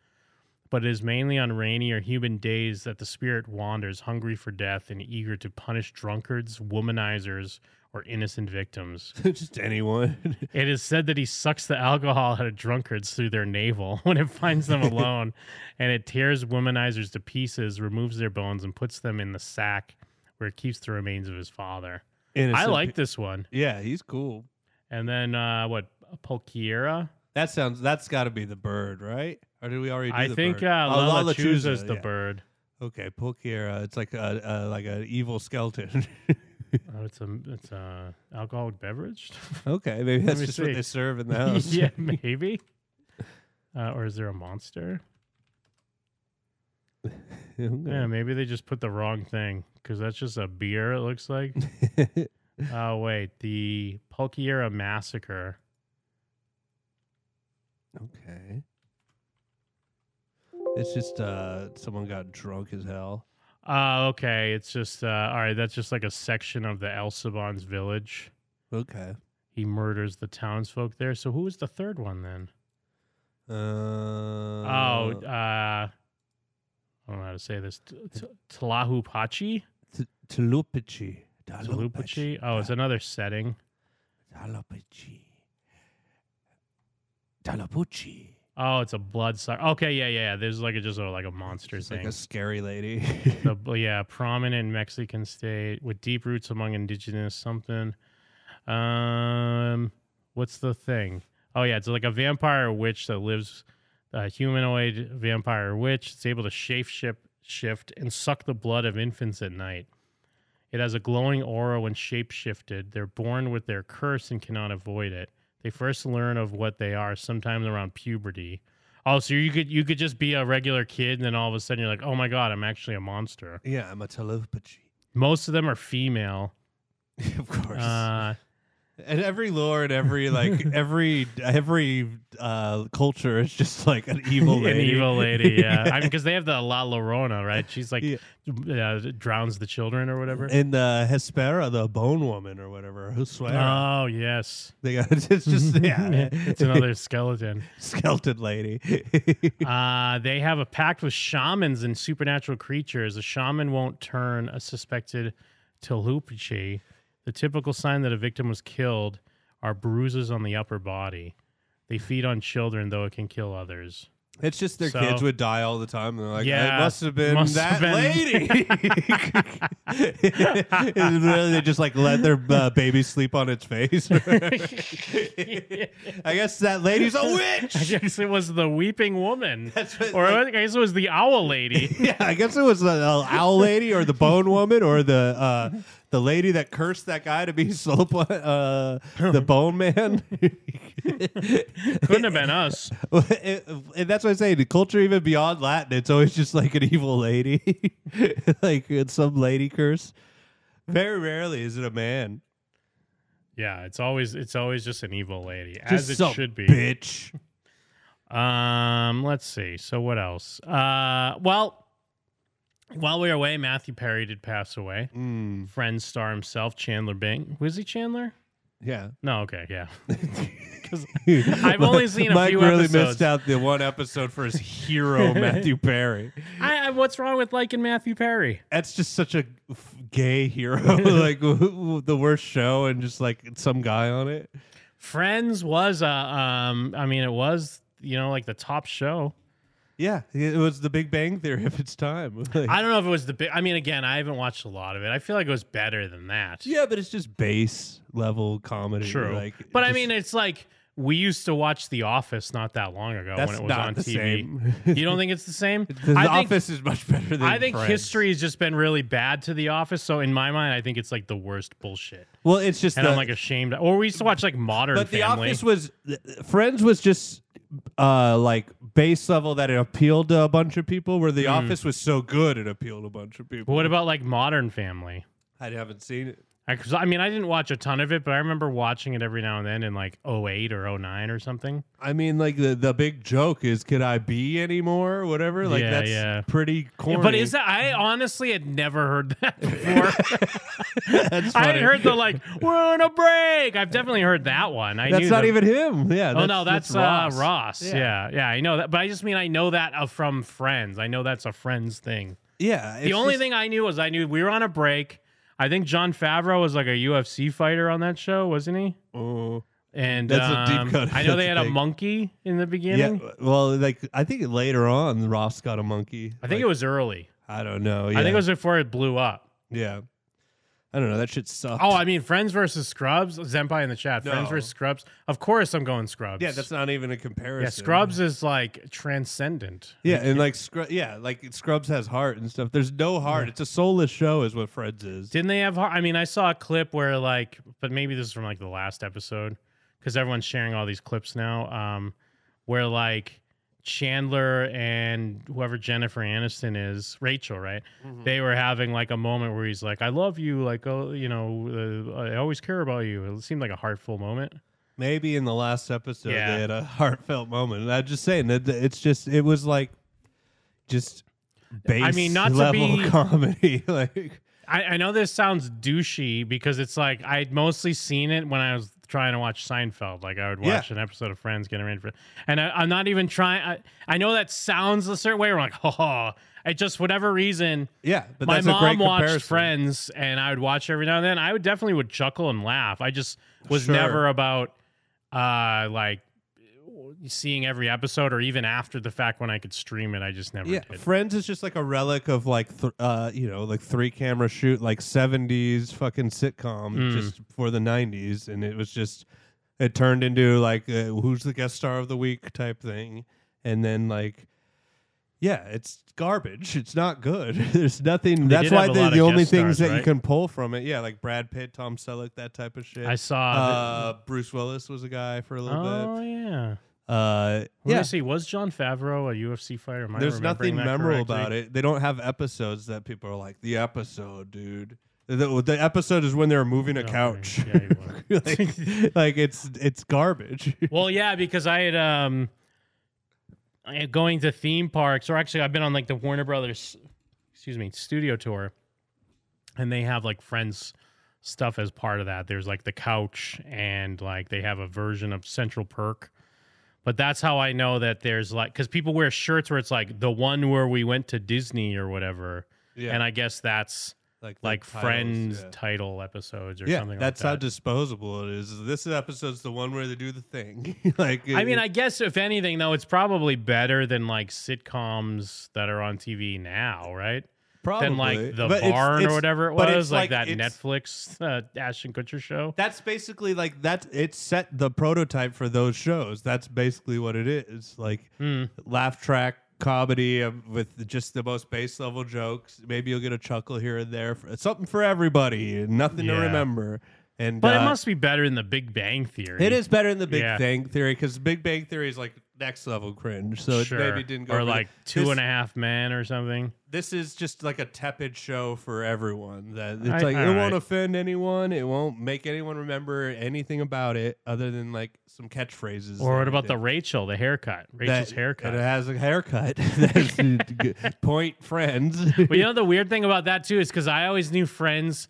but it is mainly on rainy or humid days that the spirit wanders, hungry for death and eager to punish drunkards, womanizers, or innocent victims. Just anyone. It is said that he sucks the alcohol out of drunkards through their navel when it finds them alone, and it tears womanizers to pieces, removes their bones, and puts them in the sack where it keeps the remains of his father. I Innocent like pe- this one. Yeah, he's cool. And then uh, what? Polquiera? That sounds. That's got to be the bird, right? Or did we already? Do I the think uh, bird? Oh, Lala Chusa, Chusa's the yeah. bird. Okay, Pulquiera. It's like a, a like an evil skeleton. Oh, it's a it's a alcoholic beverage. okay, maybe Let that's me just what see. they serve in the house. yeah, maybe. Uh, or is there a monster? Yeah, maybe they just put the wrong thing because that's just a beer. It looks like. Oh wait, the Pulquiera massacre. okay. It's just uh, someone got drunk as hell. Oh, okay. It's just uh, all right. That's just like a section of the El Saban's village. Okay. He murders the townsfolk there. So who was the third one then? Uh, oh, uh, I don't know how to say this. T- t- Tlahupachi, T- Tlupichi. Tlahupachi. Oh, it's another setting. Tlupichi. Tlupichi. Oh, it's a bloodsucker. Okay, yeah, yeah. There's like a just a, like a monster thing. like a scary lady. the, yeah, prominent Mexican state with deep roots among indigenous something. Um, what's the thing? Oh yeah, it's like a vampire witch that lives, a humanoid vampire witch. It's able to shape shift, shift and suck the blood of infants at night. It has a glowing aura when shape shifted. They're born with their curse and cannot avoid it. They first learn of what they are sometime around puberty. Oh, so you could you could just be a regular kid, and then all of a sudden you're like, oh my god, I'm actually a monster. yeah, I'm a telepathy. Most of them are female. of course. Uh, and every lore and every like every every uh culture is just like an evil an lady. evil lady, yeah. I mean, because they have the La Llorona, right? She's like uh, drowns the children or whatever. and uh Hespera, the bone woman or whatever, who swear oh yes, they got it's just yeah, it's another skeleton. skeleton lady. Uh, they have a pact with shamans and supernatural creatures. A shaman won't turn a suspected Telupichi. The typical sign that a victim was killed are bruises on the upper body. They feed on children, though it can kill others. It's just their So- kids would die all the time. And they're like, Yeah, it must have been must that have been- lady. and really they just like let their uh, baby sleep on its face. I guess that lady's a witch. I guess it was the weeping woman, what- or I guess it was the owl lady. yeah, I guess it was the uh, owl lady or the bone woman or the uh, the lady that cursed that guy to be so, uh, the bone man. Couldn't have been us. and that's what I say. The culture, even beyond Latin, it's always just like an evil lady, like it's some lady curse. Very rarely is it a man. Yeah, it's always it's always just an evil lady, as Just it some should be. bitch. Um, let's see. So what else? Uh, well, while we were away, Matthew Perry did pass away. Friend star himself, Chandler Bing. Was he Chandler? Yeah, No, okay, yeah. 'Cause I've only seen a Mike few really episodes. missed out the one episode for his hero Matthew Perry. I, I, what's wrong with liking Matthew Perry? that's just such a f- gay hero like w- w- the worst show and just like some guy on it Friends was uh, um, I mean, it was you know like the top show. yeah it was the big bang theory of its time Like, I don't know if it was the big. I mean, again, I haven't watched a lot of it. I feel like it was better than that. yeah but it's just base level comedy True. like but I just- mean, it's like we used to watch The Office not that long ago That's when it was not on the TV. same. You don't think it's the same? the I think, office is much better than I think Friends. history has just been really bad to The Office. So in my mind, I think it's like the worst bullshit. well it's just And the, I'm like ashamed. Or we used to watch like Modern but the Family. office was friends was just uh like base level that it appealed to a bunch of people where the office was so good it appealed to a bunch of but people Hmm. what about like Modern Family? i haven't seen it I, 'cause I mean, I didn't watch a ton of it, but I remember watching it every now and then in like 08 or 09 or something. I mean, like the, the big joke is, could I be anymore? Whatever. Like Yeah, that's yeah. pretty corny. But is that? I honestly had never heard that before. that's I had funny. heard the like we're on a break. I've definitely heard that one. I That's knew not the- even him. Yeah. Oh no, that's, Ross. uh, Ross. Yeah. yeah, I know that, but I just mean I know that uh, from Friends. I know that's a Friends thing. Yeah. the only thing I knew was I knew we were on a break. I think John Favreau was like a UFC fighter on that show, wasn't he? Oh. And That's a deep um, cut. I know they had That's a big. monkey in the Yeah. beginning. Well, like I think later on, Ross got a monkey. I think it was early. I don't know. I think yeah. it was before it blew up. Yeah. I don't know. That shit sucked. Oh, I mean, Friends versus Scrubs. Zenpai in the chat. Friends No. versus Scrubs. Of course, I'm going Scrubs. yeah. That's not even a comparison. yeah. Scrubs is like transcendent. Yeah, and like Scrub, yeah, like Scrubs has heart and stuff. There's no heart. It's a soulless show, is what Fred's is. Didn't they have? har- I mean, I saw a clip where like, but maybe this is from like the last episode because everyone's sharing all these clips now. Um, where like Chandler and whoever Jennifer Aniston is, Rachel, right? Mm-hmm. They were having like a moment where he's like, "I love you," like, "Oh, you know, uh, I always care about you." It seemed like a heartful moment. Maybe in the last episode Yeah. they had a heartfelt moment. And I'm just saying that th- it's just it was like just base I mean, not to level be- comedy. like I, I know this sounds douchey because it's like I'd mostly seen it when I was trying to watch Seinfeld. Like I would Yeah. watch an episode of Friends getting ready for, and I, I'm not even trying. I, I know that sounds a certain way. We're like, oh, it just whatever reason. yeah, but my that's a mom great watched comparison. Friends, and I would watch every now and then. I would definitely would chuckle and laugh. I just was Sure. never about uh like seeing every episode or even after the fact when I could stream it. I just never yeah, did. Friends is just like a relic of like, th- uh, you know, like three camera shoot, like seventies fucking sitcom, Mm. just for the nineties, and it was just it turned into like uh, who's the guest star of the week type thing, and then like. Yeah, it's garbage. It's not good. There's nothing. They that's did have why a they're lot the of only guest things stars, that you right? can pull from it. Yeah, like Brad Pitt, Tom Selleck, that type of shit. I saw Uh, that- Bruce Willis was a guy for a little bit. Oh yeah. Uh, Let yeah. me see. Was John Favreau a UFC fighter? Am I There's remembering nothing that memorable correctly? about it. They don't have episodes that people are like, the episode, dude. The, the episode is when they're moving Oh, a couch. like, like it's it's garbage. well, yeah, because I had um I had going to theme parks, or actually, I've been on like the Warner Brothers, excuse me, studio tour, and they have like Friends stuff as part of that. There's like the couch, and like they have a version of Central Perk. But that's how I know that there's like because people wear shirts where it's like the one where we went to Disney or whatever, Yeah. and I guess that's Like like the titles, Friends yeah. title episodes or yeah, something. that's like how that. disposable it is. This episode's the one where they do the thing. like, I mean, it- I guess if anything, though, it's probably better than like sitcoms that are on TV now, right? Than Probably. like the But it's- barn it's- or whatever it but it's was, like, that like- it's- Netflix uh, Ashton Kutcher show. that's basically like that. It set the prototype for those shows. That's basically what it is. Like Hmm. laugh track comedy um, with just the most base level jokes. Maybe you'll get a chuckle here and there. Something for everybody. and Nothing to Yeah. remember. And But uh, it must be better than the Big Bang Theory. It is better than the Big Yeah. Bang Theory because Big Bang Theory is like next level cringe. So Sure. it maybe didn't go or for the- like this- Two and a Half Men or something. This is just like a tepid show for everyone. That it's I- like it all won't right. offend anyone. It won't make anyone remember anything about it other than like some catchphrases. Or that what they about the did. Rachel, the haircut? Rachel's That- haircut. It has a haircut. That's good. Point friends. but you know the weird thing about that too is because I always knew friends.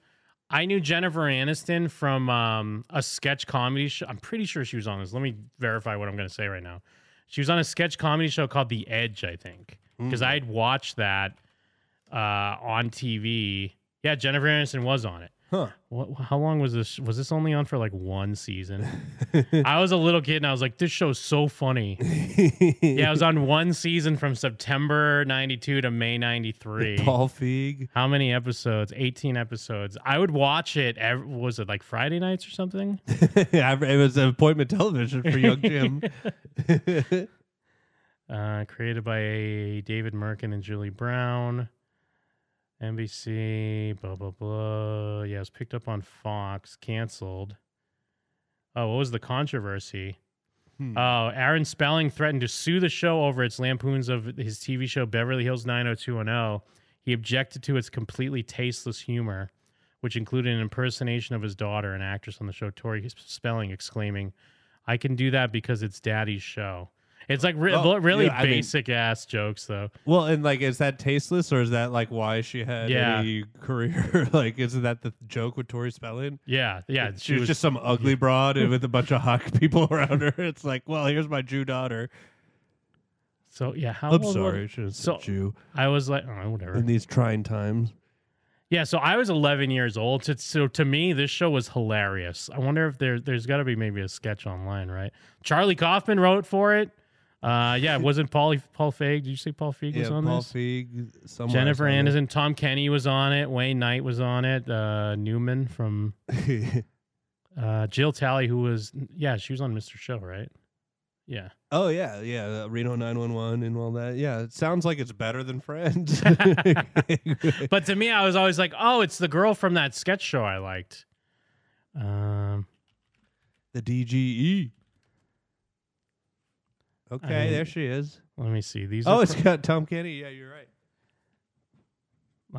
I knew Jennifer Aniston from um, a sketch comedy show. I'm pretty sure she was on this. Let me verify what I'm going to say right now. She was on a sketch comedy show called The Edge, I think, because Mm. I'd watched that uh, on TV. Yeah, Jennifer Aniston was on it. Huh. What, how long was this? Was this only on for like one season? I was a little kid and I was like, this show's so funny. yeah, I was on one season from September 92 to May 93. Paul Feig. How many episodes? 18 episodes. I would watch it. Every, was it like Friday nights or something? Yeah, it was appointment television for young Jim. uh, created by David Merkin and Julie Brown. NBC, blah, blah, blah. Yeah, it was picked up on Fox, canceled. Oh, what was the controversy? Hmm. Oh, Aaron Spelling threatened to sue the show over its lampoons of his TV show Beverly Hills 90210. He objected to its completely tasteless humor, which included an impersonation of his daughter, an actress on the show, Tori Spelling, exclaiming, I can do that because it's daddy's show. It's like re- Oh, really yeah, I mean- basic ass jokes, though. Well, and like, is that tasteless or is that like why she had Yeah. any career? like, isn't that the joke with Tori Spelling? Yeah, yeah. She, was, just some ugly broad with a bunch of hot people around her. It's like, well, here's my Jew daughter. So yeah, how I'm old sorry, I Was, should have said so Jew. I was like, oh, whatever. In these trying times, Yeah, so I was 11 years old. So, so to me, this show was hilarious. I wonder if there, there's got to be maybe a sketch online, right? Charlie Kaufman wrote for it. Uh, yeah, wasn't Paul Paul Feig? Did you say Paul Feig yeah, was on Paul this? Feig, someone Jennifer Anderson, Tom Kenny was on it. Wayne Knight was on it. Uh, Newman from uh, Jill Talley, who was yeah, she was on Mr. Show, right? Yeah. Oh yeah, yeah, uh, Reno 911 and all that. Yeah, it sounds like it's better than Friends. but to me, I was always like, oh, it's the girl from that sketch show I liked. Um, the DGE. E. Okay, mean, there she is. Let me see these. Oh, are it's pro- got Tom Kenny. Yeah, you're right.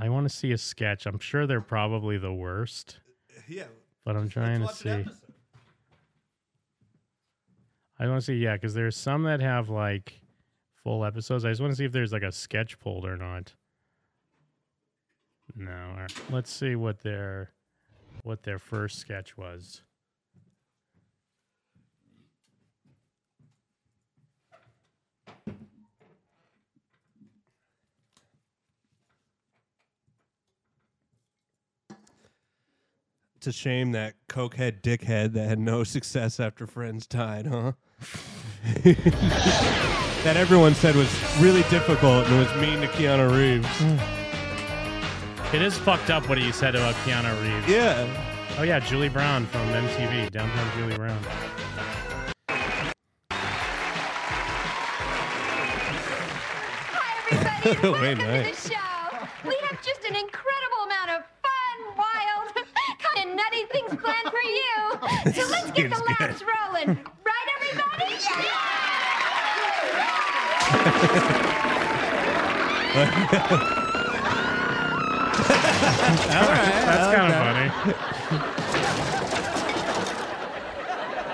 I want to see a sketch. I'm sure they're probably the worst. Yeah. But I'm trying to watch an see. I want to see, yeah, because there's some that have like full episodes. I just want to see if there's like a sketch pulled or not. No. all right. Let's see what their what their first sketch was. It's a shame that cokehead dickhead that had no success after Friends died, huh? that everyone said was really difficult and was mean to Keanu Mm. Reeves. It is fucked up what he said about Keanu Reeves. Yeah. Oh yeah, Julie Brown from MTV, downtown Julie Brown. Way nice. the show. We have just an incredible amount of fun, wild, kind of nutty things planned for you. So let's get the Seems good. laughs rolling. Right, everybody? That's kind of funny.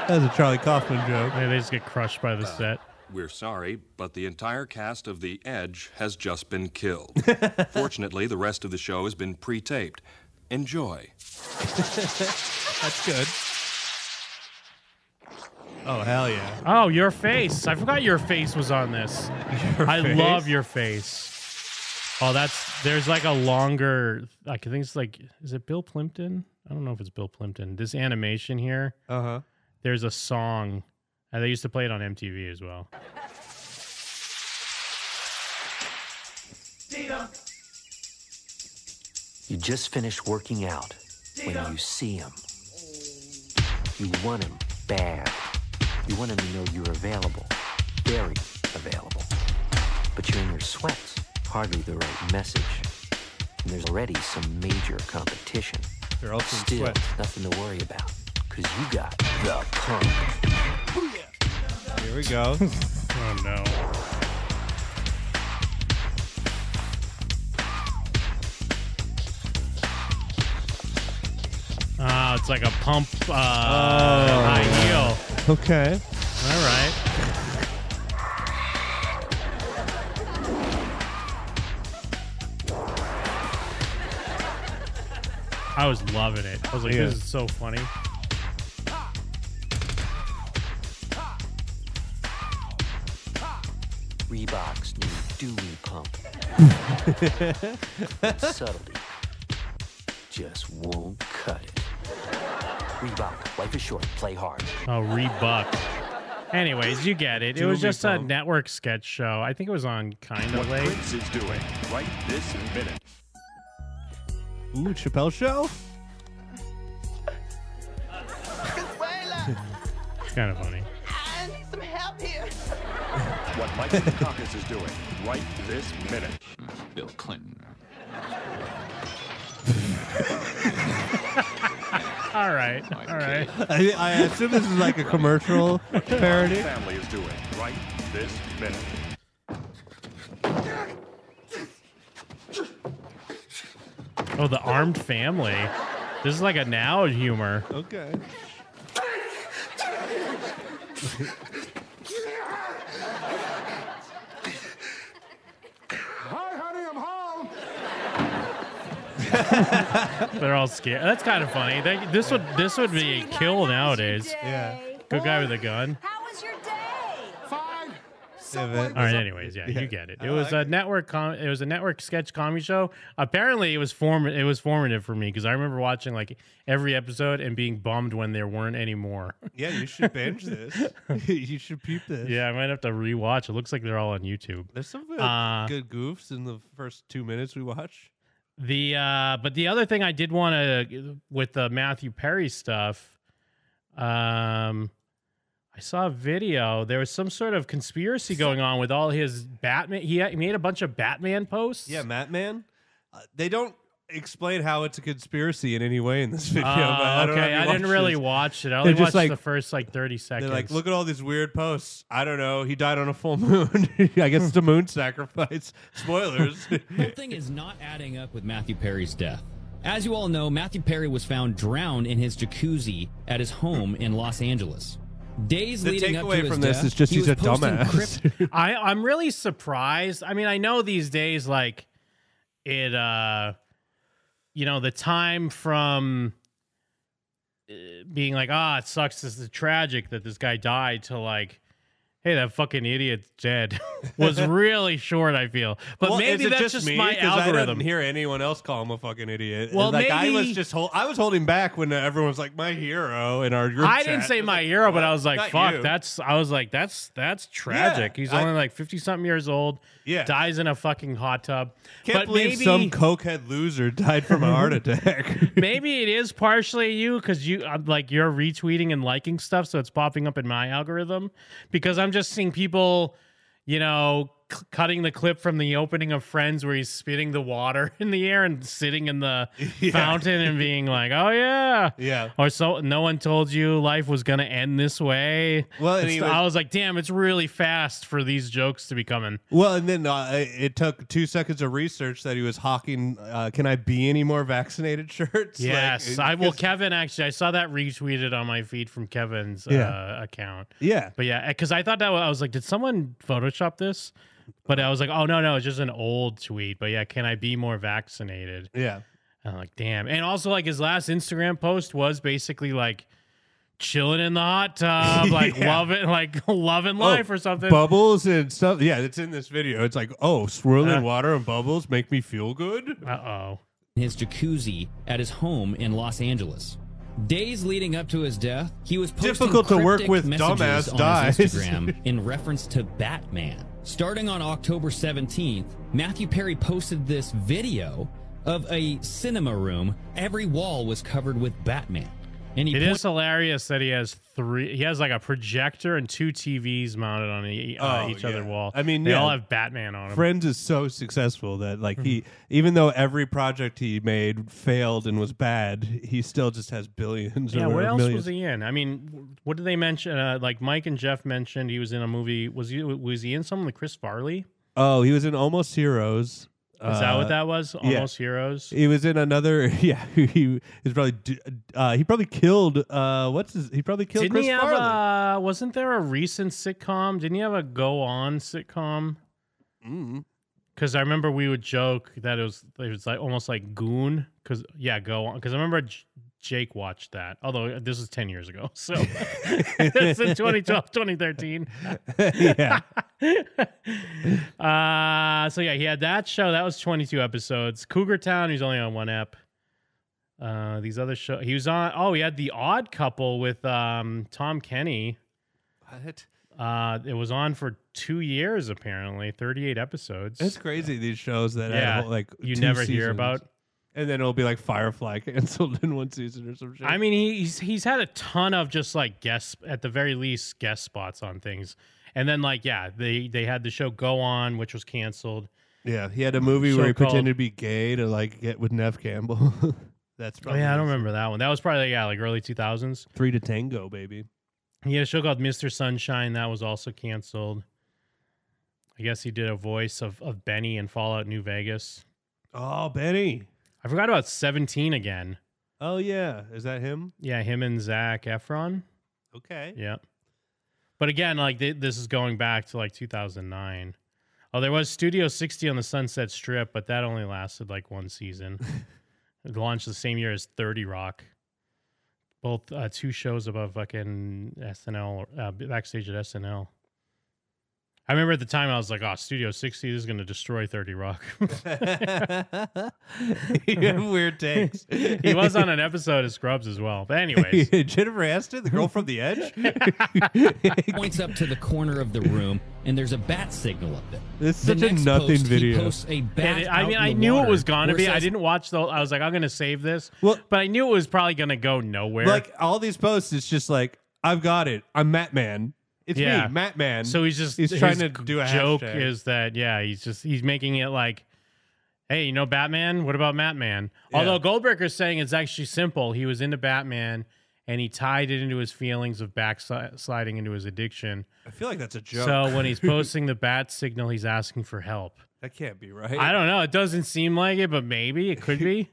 That was a Charlie Kaufman joke. Yeah, they just get crushed by the set. We're sorry, but the entire cast of The Edge has just been killed. Fortunately, the rest of the show has been pre taped. Enjoy. That's good. Oh hell yeah! Oh, your face! I forgot your face was on this. I face? love your face. Oh, that's there's like a longer. I think it's like is it Bill Plimpton? I don't know if it's Bill Plimpton. This animation here. Uh huh. There's a song. Uh, they used to play it on MTV as well. You just finished working out when you see him. You want him bad. You want him to know you're available, very available. But you're in your sweats, hardly the right message. And there's already some major competition. They're also in Still, sweats. nothing to worry about, because you got the punk. Here we go. oh no. Ah, it's like a pump uh, high heel. Okay. All right. I was loving it. I was like, Yeah. this is so funny. Reebok's new Dewey pump. That subtlety just won't cut it. Reebok, life is short, play hard. Oh, Reebok. Anyways, you get it. It was Dewey just a network sketch show. I think it was on kind of What late. Prince is doing right this minute. Ooh, Chappelle Show. kind of funny. I need some help here. What Mike Dukakis is doing right this minute. Bill Clinton. All right. All right. I, I assume this is like a commercial parody. Family is doing right this minute. Oh, the armed family. This is like a now humor. Okay. Hi, honey, I'm home. They're all scared. That's kind of funny. They, this would this would be a kill nowadays. Yeah. Good guy with a gun. How was your day? Fine. All right. Anyways, yeah, you get it. It was a network. Com- it was a network sketch comedy show. Apparently, it was form. It was formative for me because I remember watching like every episode and being bummed when there weren't any more. Yeah, you should binge this. you should peep this. yeah, I might have to rewatch. It looks like they're all on YouTube. There's some good, Uh, good goofs in the first two minutes we watch. The uh but the other thing I did want to with the Matthew Perry stuff, um I saw a video. There was some sort of conspiracy going on with all his Batman. He he made a bunch of Batman posts. Yeah, Matt Man. Uh, they don't explain how it's a conspiracy in any way in this video. Oh, but I don't know if okay, you I didn't watched really this. watch it. I They're only just watched like- the first like thirty seconds. They're like, look at all these weird posts. I don't know. He died on a full moon. I guess it's a moon sacrifice. Spoilers. Something is not adding up with Matthew Perry's death. As you all know, Matthew Perry was found drowned in his jacuzzi at his home in Los Angeles. Days The leading up to takeaway his from this death, is just he he's was a posting dumbass. crypt- I I'm really surprised. I mean, I know these days like it uh you know, the time from uh, being like, "Ah, it sucks this is tragic that this guy died" to like hey, that fucking idiot's dead was really short, I feel. But Well, is maybe it that's just just, me? my 'Cause I didn't algorithm. hear anyone else call him a fucking idiot. Well, Well, like I was maybe- just hold, I was holding back when everyone was like my hero in our group. I didn't chat. say my hero, but I was like, Not fuck, you. that's I was like, that's that's tragic. He's I- only like fifty something years old. Yeah. Dies in a fucking hot tub. Can't but believe maybe, some cokehead loser died from a heart attack. maybe it is partially you because you I'm like you're retweeting and liking stuff, so it's popping up in my algorithm because I'm just seeing people, you know, c- cutting the clip from the opening of Friends where he's spitting the water in the air and sitting in the fountain and being like, "Oh yeah, Yeah. or so no one told you life was gonna end this way. Well, and It's- he was- I was like, damn, it's really fast for these jokes to be coming. Well, and then uh, it took two seconds of research that he was hawking. Uh, Can I be any more vaccinated shirts? Like, yes, it- I will. Kevin, actually, I saw that retweeted on my feed from Kevin's Yeah. uh, account. Yeah. but yeah, because I thought that wa- I was like, did someone Photoshop this? But I was like, oh no, no, it's just an old tweet. But yeah, can I be more vaccinated? Yeah. And I'm like, damn. And also, like, his last Instagram post was basically like chilling in the hot tub, like Yeah. loving, like loving Oh, life or something. Bubbles and stuff. Yeah, it's in this video. It's like, oh, swirling water and bubbles make me feel good. Uh oh. His jacuzzi at his home in Los Angeles. Days leading up to his death, he was posting Difficult to work cryptic with messages dumbass on dies. his Instagram in reference to Batman. Starting on October 17th, Matthew Perry posted this video of a cinema room. Every wall was covered with Batman. And he It pointed is hilarious that he has three. He has like a projector and two TVs mounted on e- uh, Oh, each other yeah. wall. I mean, they yeah. all have Batman on them. Friends is so successful that like he, Mm-hmm. even though every project he made failed and was bad, he still just has billions. yeah, or what else millions. was he in? I mean, w- what did they mention? Uh, like Mike and Jeff mentioned, he was in a movie. Was he was he in something with Chris Farley? Oh, he was in Almost Heroes. Is Is that what that was? Almost Heroes? Uh, He was in another. Yeah, he is probably. d- Uh, he probably killed. Uh, what's his? He probably killed Didn't Chris he have Farley. a? Wasn't there a recent sitcom? Didn't he have a Go On sitcom? Because I remember we would joke that it was it was like almost like Goon. Because yeah, Go On. Because I remember J- Jake watched that. Although this was ten years ago, so it's in 2012, 2013. yeah. Uh, so yeah, he had that show. That was 22 episodes. Cougar Town. He's only on one ep. Uh, these other show he was on. Oh, he had The Odd Couple with um Tom Kenny. What? Uh, it was on for two years apparently, 38 episodes. It's crazy these shows that had Yeah, whole, like you two never hear seasons. about. and then it'll be like Firefly canceled in one season or some shit. I mean, he- he's he's had a ton of just like guest at the very least guest spots on things, and then like yeah, they they had the show Go On, which was canceled. yeah, he had a movie where he So-called- pretended to be gay to like get with Nev Campbell. That's Oh, probably yeah, I don't remember that one. That was probably yeah, like early 2000s. Three to Tango, baby. He had a show called Mr. Sunshine that was also canceled. I guess he did a voice of, of Benny in Fallout New Vegas. Oh, Benny. I forgot about 17 again. Oh yeah, is that him? Yeah, him and Zach Efron. Okay. Yeah. But again, like th- this is going back to like 2009. Oh, there was Studio 60 on the Sunset Strip, but that only lasted like one season. it launched the same year as 30 Rock. Both uh, two shows above fucking SNL, uh, backstage at SNL. I remember at the time I was like, "Oh, Studio 60 this is going to destroy 30 Rock." You have weird takes. he was on an episode of Scrubs as well. But anyways, Jennifer Aniston, the girl from The Edge. points up to the corner of the room, and there's a bat signal up there. It's The such a next nothing post, he video. posts a bat. And it- I out mean, in I the knew it water was going to where it be. I says, didn't watch the. I was like, I'm going to save this. Well- but I knew it was probably going to go nowhere. Like all these posts, it's just like I've got it. I'm Matt Man. It's Yeah. me, Matt Man. so he's just he's his trying to do a joke. hashtag. Is that yeah? He's just he's making it like, hey, you know Batman? What about Batman? Although Goldberger's saying it's actually simple. He was into Batman, and he tied it into his feelings of backsliding into his addiction. I feel like that's a joke. So when he's posting the bat signal, he's asking for help. that can't be right. I don't know. It doesn't seem like it, but maybe it could be.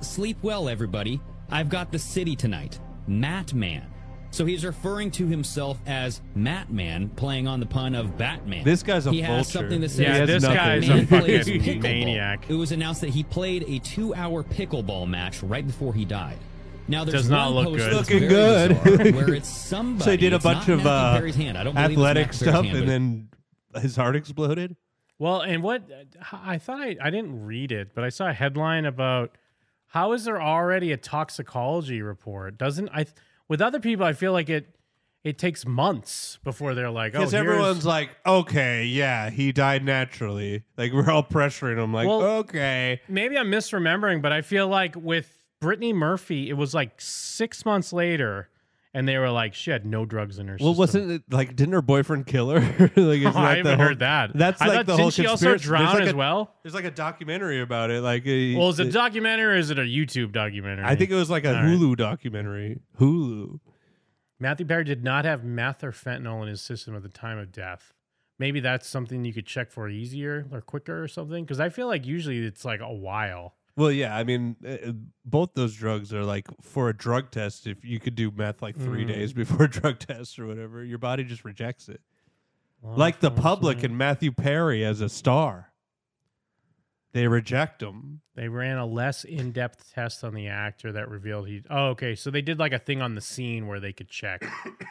Sleep well, everybody. I've got the city tonight. Matt Man. So he's referring to himself as Matt Man, playing on the pun of Batman. This guy's a He has vulture. something that Yeah, says, this "Man guy's a plays fucking pickleball." maniac. It was announced that he played a two-hour pickleball match right before he died. Now there's Does not one look post good. that's Looking very good. bizarre, where it's somebody. so he did a it's not bunch of Matthew uh, Perry's hand. I don't believe it's athletic Matthew Perry's stuff, hand, and but- then his heart exploded. Well, and what I thought I, I didn't read it, but I saw a headline about how is there already a toxicology report? Doesn't I with other people I feel like it it takes months before they're like, oh, Because here's- everyone's like, okay, yeah, he died naturally. Like we're all pressuring him, like, Well, okay, maybe I'm misremembering, but I feel like with Brittany Murphy, it was like six months later, and they were like, she had no drugs in her Well, system. wasn't it like didn't her boyfriend kill her? like, isn't I that haven't the whole- heard that. That's I like thought- the whole didn't she also conspiracy. there's drown like as a- well? There's like a documentary about it. Like, uh, Well, is it a uh, documentary or is it a YouTube documentary? I think it was like a All right. Hulu documentary. Hulu. Matthew Perry did not have meth or fentanyl in his system at the time of death. Maybe that's something you could check for easier or quicker or something. Because I feel like usually it's like a while. Well, yeah, I mean, uh, uh, both those drugs are like for a drug test. If you could do meth like three Mm. days before a drug test or whatever, your body just rejects it. Well, like the that's public right. and Matthew Perry as a star, they reject him. They ran a less in depth test on the actor that revealed he. Oh, okay. So they did like a thing on the scene where they could check.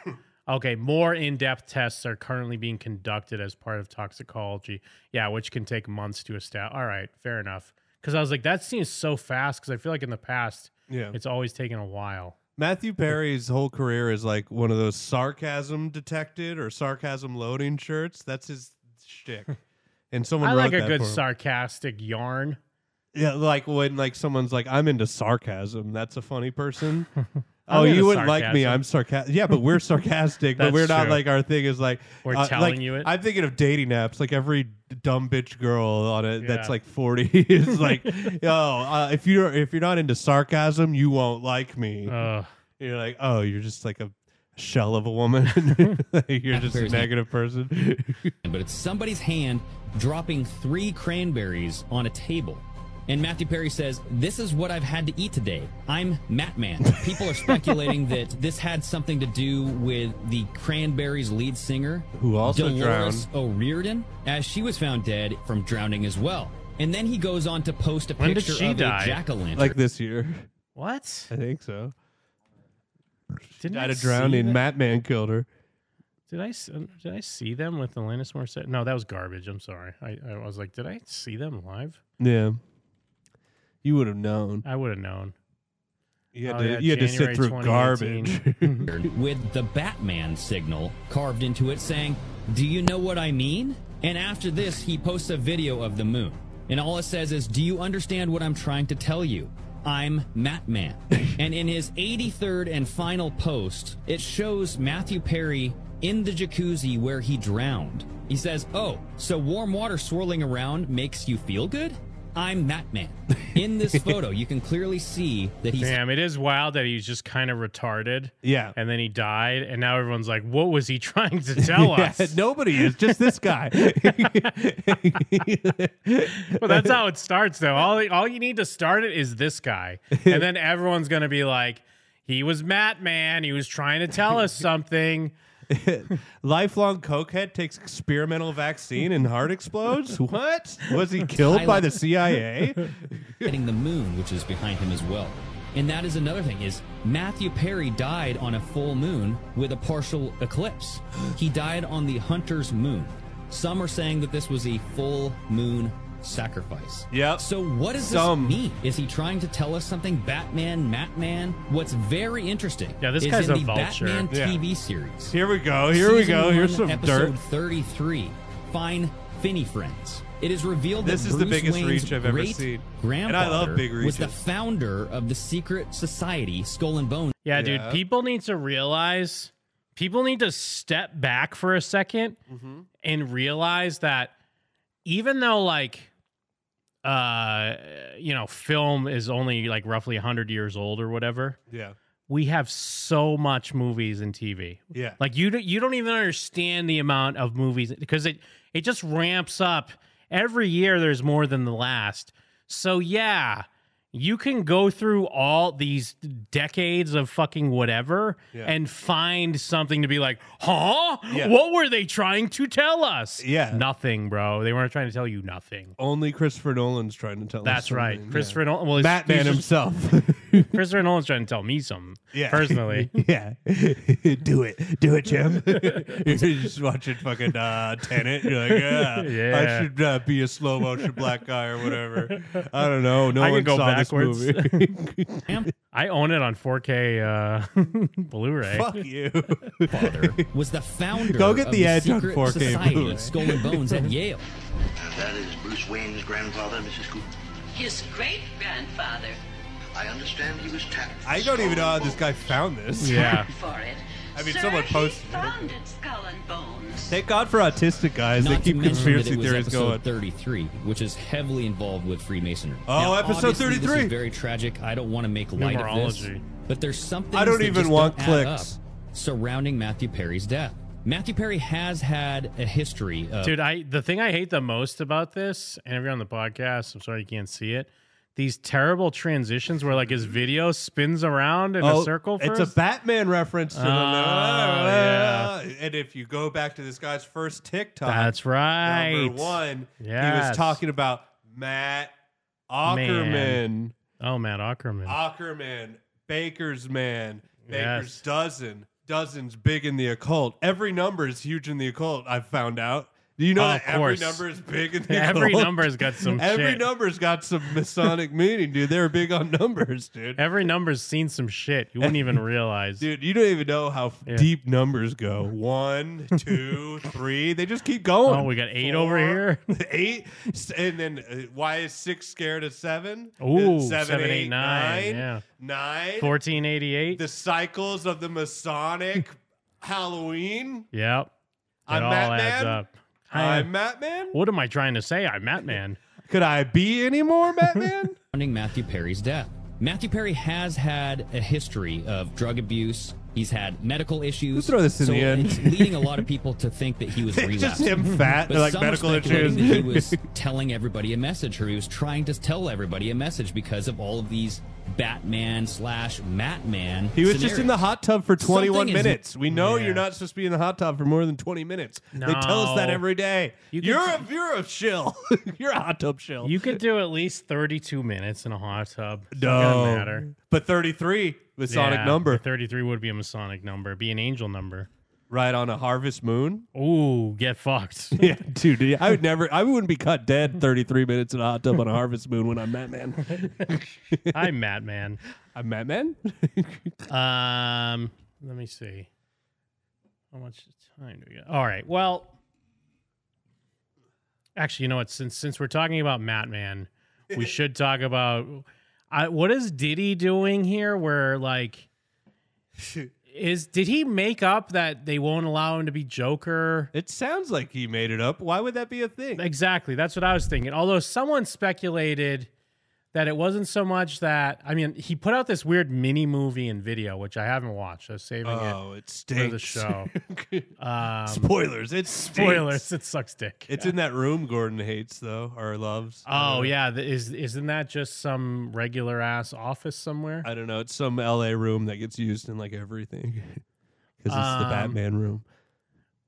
okay. More in depth tests are currently being conducted as part of toxicology. Yeah. Which can take months to establish. All right. Fair enough. Because I was like, that seems so fast. Because I feel like in the past, Yeah. it's always taken a while. Matthew Perry's whole career is like one of those sarcasm detected or sarcasm loading shirts. That's his shtick. And someone I wrote like a that good for him. sarcastic yarn. Yeah, like when like someone's like, "I'm into sarcasm." That's a funny person. I'm oh, into you wouldn't like me. sarcasm. I'm sarcastic. Yeah, but we're sarcastic. but That's we're not true. like our thing is like We're uh, telling like, you it. I'm thinking of dating apps. Like every dumb bitch girl on it that's Yeah. like 40 is like, "Yo, uh, if you're if you're not into sarcasm, you won't like me." Ugh. you're like, "Oh, you're just like a shell of a woman. Like, you're just a Perry's hand. negative person." but it's somebody's hand dropping three cranberries on a table. And Matthew Perry says, This is what I've had to eat today. I'm Matt Man. People are speculating that this had something to do with the Cranberries lead singer, Who also Dolores O'Riordan, Oh, as she was found dead from drowning as well. And then he goes on to post a When did picture she of die? a jack o' lantern. like this year, What? I think so. Didn't Died I of drowning. see that? Matt Man killed her. Did I s- um, did I see them with Alanis Morissette? No, that was garbage. I'm sorry. I, I was like, did I see them live? Yeah. You would have known. I would have known. You had Oh, to yeah, you had to January sit through 2018. garbage. with the Batman signal carved into it saying, Do you know what I mean? And after this, he posts a video of the moon. And all it says is, Do you understand what I'm trying to tell you? I'm Matman. and in his 83rd and final post, it shows Matthew Perry in the jacuzzi where he drowned. He says, Oh, so warm water swirling around makes you feel good? I'm Matman. In this photo, you can clearly see that he's Damn, it is wild that he's just kind of retarded. Yeah. And then he died, and now everyone's like, what was he trying to tell Yeah, us? Nobody is, just this guy. Well, that's how it starts, though. All all you need to start it is this guy, and then everyone's gonna be like, he was Matt Man. He was trying to tell us something. Lifelong cokehead takes experimental vaccine and heart explodes? What? Was he killed by the CIA? hitting the moon, which is behind him as well. And that is another thing is Matthew Perry died on a full moon with a partial eclipse. He died on the hunter's moon. Some are saying that this was a full moon sacrifice. Yep. So what does Some. this mean? Is he trying to tell us something? Batman, Matman? What's very interesting Yeah, this is guy's in a the vulture. Batman Yeah. TV series. Here we go. Here we Season go. one, Here's some episode dirt. 33. Fine Finny Friends. It is revealed This that is the Bruce biggest Wayne's reach I've ever great seen. And Grandfather I love big was the reaches. founder of the secret society Skull and Bones. Yeah, Yeah. dude, people need to realize people need to step back for a 2nd and realize that even though like uh you know, film is only like roughly 100 years old or whatever, Yeah. we have so much movies and TV. Yeah. Like you don't, you don't even understand the amount of movies because it it just ramps up every year there's more than the last. So yeah, you can go through all these decades of fucking whatever Yeah. and find something to be like, "Huh? Yeah. What were they trying to tell us?" Yeah. Nothing, bro. They weren't trying to tell you nothing. Only Christopher Nolan's trying to tell us. That's right. something, yeah. Christopher Nolan well, he's- Batman he's just- himself. Christopher Nolan's trying to tell me something Yeah. personally. yeah. Do it. Do it, Jim. You're just watching fucking uh, Tenet. You're like, yeah, Yeah. I should uh, be a slow motion black guy or whatever. I don't know. No I can one go saw backwards. this movie. Damn. I own it on 4K uh, Blu-ray. Fuck you. Father was the founder Go get of the the Edge on secret 4K society Blu-ray. of Skull and Bones at Yale. that is Bruce Wayne's grandfather, Mrs. Cooper. His great grandfather. I understand he was tapped. I don't even know how this guy found this. Yeah. For it. I mean, Sir, someone posted He it. founded Skull and Bones. Thank God for autistic guys. Not they to keep mention that conspiracy it was theories episode going. 33, which is heavily involved with Freemasonry. Oh, Now, episode obviously, this is 33. very tragic. I don't want to make light of this, Numerology. but there's something I don't that even just want don't add clicks. up surrounding Matthew Perry's death. Matthew Perry has had a history of Dude, I the thing I hate the most about this, and if you're on the podcast, I'm sorry you can't see it. These terrible transitions where like his video spins around in a circle. First. Oh, It's a Batman reference to the. Oh, yeah. And if you go back to this guy's first TikTok, That's right. Number one, he Yes. was talking about Matt Man. Ackerman, Oh, Matt Ackerman. Ackerman, Baker's man, Baker's Yes. dozen, dozens big in the occult. Every number is huge in the occult. I've found out. Do you know Oh, that of every course. number is big in the occult? Every number's got some Every shit. number's got some Masonic meaning, dude. They're big on numbers, dude. Every number's seen some shit you wouldn't even realize. Dude, you don't even know how f deep numbers go. One, two, three. They just keep going. Oh, we got eight over here. Eight. S- And then uh, why is six scared of seven? Uh, Ooh, Seven, seven, eight, eight, nine, nine, yeah. nine. 1488. The cycles of the Masonic Halloween. Yep. I'm it all Matt adds Man. up. I- I'm Matt Man. What am I trying to say? I'm Matt Man. Could I be any more Matt Man? surrounding Matthew Perry's death. Matthew Perry has had a history of drug abuse. He's had medical issues. throw this in so the end. It's leading a lot of people to think that he was It's relapsing. just him fat, But like some are medical speculating issues. That he was telling everybody a message, or he was trying to tell everybody a message because of all of these Batman slash Matman. He was just in the hot tub for 21 Something is- minutes. we know Yeah. you're not supposed to be in the hot tub for more than 20 minutes. They tell us that No. every day. You You can- are a you're a shill. you're a hot tub shill. You could do at least 32 minutes in a hot tub. It No. doesn't matter. But 33 Masonic Yeah, number. 33 would be a Masonic number, be an angel number. Right on a harvest moon. Oh. Ooh, get fucked. Yeah, dude. yeah, I would never. I wouldn't be cut dead 33 minutes in a hot tub on a harvest moon when I'm that man. I'm Matt Man. I'm Matt Man. Um, let me see. How much time do we got? All right. Well, actually, you know what? Since since we're talking about Matt Man, we should talk about I, what is Diddy doing here? Where like is did he make up that they won't allow him to be Joker? It sounds like he made it up. Why would that be a thing? Exactly. That's what I was thinking. Although someone speculated that it wasn't so much that I mean he put out this weird mini movie and video which I haven't watched. I was saving Oh, it, it for the stinks. show. um, Spoilers. It stinks. spoilers. It sucks dick. It's in Uh, that room Gordon hates though, or loves. Oh yeah, th- is isn't that just some regular ass office somewhere? I don't know. It's some LA room that gets used in like everything because it's the Um, Batman room.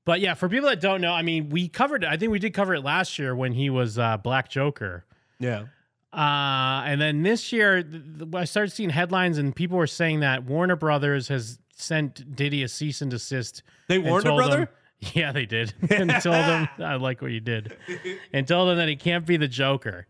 But yeah, for people that don't know, I mean, we covered it. I think we did cover it last year when he was uh, Black Joker. Yeah. Uh, and then this year, th- th- I started seeing headlines, and people were saying that Warner Brothers has sent Diddy a cease and desist. They and warned a told him- brother? yeah, they did. and told him, I like what you did, and told him that he can't be the Joker,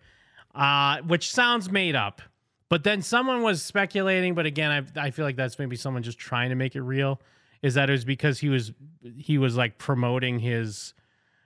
uh, which sounds made up. But then someone was speculating, but again, I, I feel like that's maybe someone just trying to make it real. Is that it was because he was he was like promoting his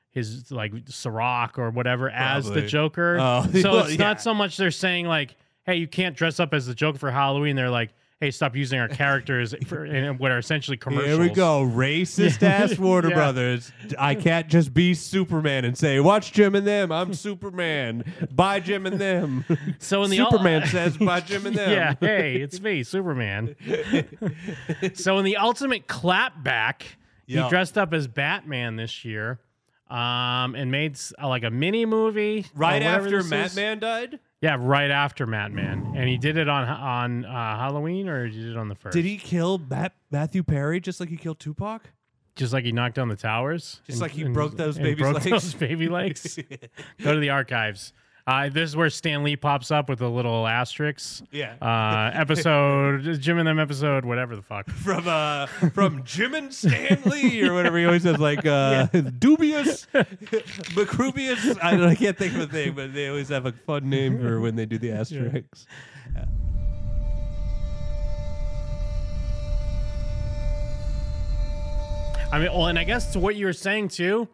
his like Ciroc or whatever as the Probably. Joker. Oh, so well, it's yeah. not so much they're saying like, "Hey, you can't dress up as the Joker for Halloween." They're like, "Hey, stop using our characters for in what are essentially commercials." Here we go, racist ass Warner Yeah. Brothers. I can't just be Superman and say, "Watch Jim and them." I'm Superman. Buy Jim and them. So in the Superman says, "Buy Jim and them." yeah, hey, it's me, Superman. so in the ultimate clapback, Yeah. he dressed up as Batman this year, um, and made s- uh, like a mini movie or Right whatever after this is. Batman died, Yeah, right after Madman, and he did it on on uh, Halloween, or he did it on the first? did he kill Bat- Matthew Perry just like he killed Tupac? Just like he knocked down the towers. Just like he broke those babies' broke legs. those baby legs. Go to the archives. Uh, this is where Stan Lee pops up with a little asterisk. Yeah. Uh, episode Jim and them episode whatever the fuck from uh from Jim and Stanley or whatever he always says, like uh, dubious, macrubious. I, don't, I can't think of a thing, but they always have a fun name for when they do the asterisks. I mean, well, and I guess to what you were saying too,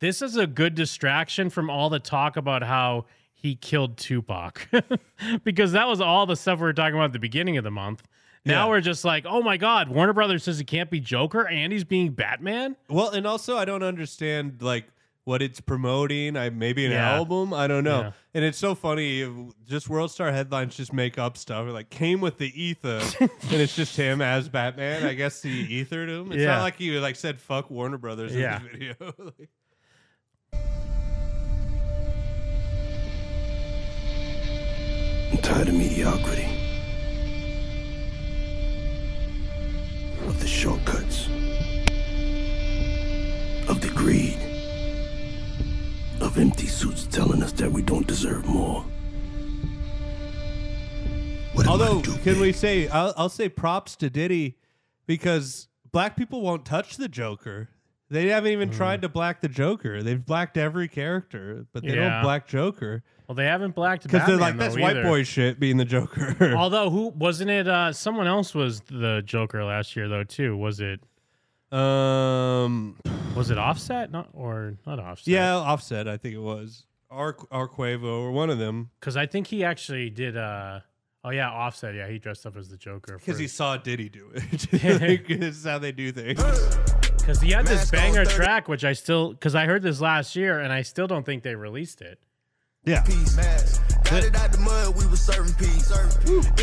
this is a good distraction from all the talk about how he killed Tupac, because that was all the stuff we were talking about at the beginning of the month. Now Yeah. we're just like, oh my God, Warner Brothers says he can't be Joker and he's being Batman. Well, and also I don't understand like what it's promoting. I maybe an Yeah. album. I don't know. Yeah. And it's so funny. it- Just World Star headlines just make up stuff. Like came with the ether, and it's just him as Batman. I guess he ethered him. It's Yeah. not like he like said fuck Warner Brothers Yeah. in the video. Like- I'm tired of mediocrity. Of the shortcuts. Of the greed. Of empty suits telling us that we don't deserve more. Although, can we say I'll, I'll say props to Diddy because black people won't touch the Joker. They haven't even Hmm. tried to black the Joker. They've blacked every character, but they Yeah. don't black Joker Well, they haven't blacked because they're like Batman, that's though, white either." boy shit being the Joker. Although who wasn't it? Uh, someone else was the Joker last year though too. Was it? Um, was it Offset? Not or not Offset? yeah, Offset, I think it was Ar Arquavo or one of them because I think he actually did. Uh, oh yeah, Offset. Yeah, he dressed up as the Joker because for- he saw Diddy do it. Like, this is how they do things. Because he had this banger track, which I still, because I heard this last year, and I still don't think they released it. Yeah. Peace. Got it out the mud, we was serving peace.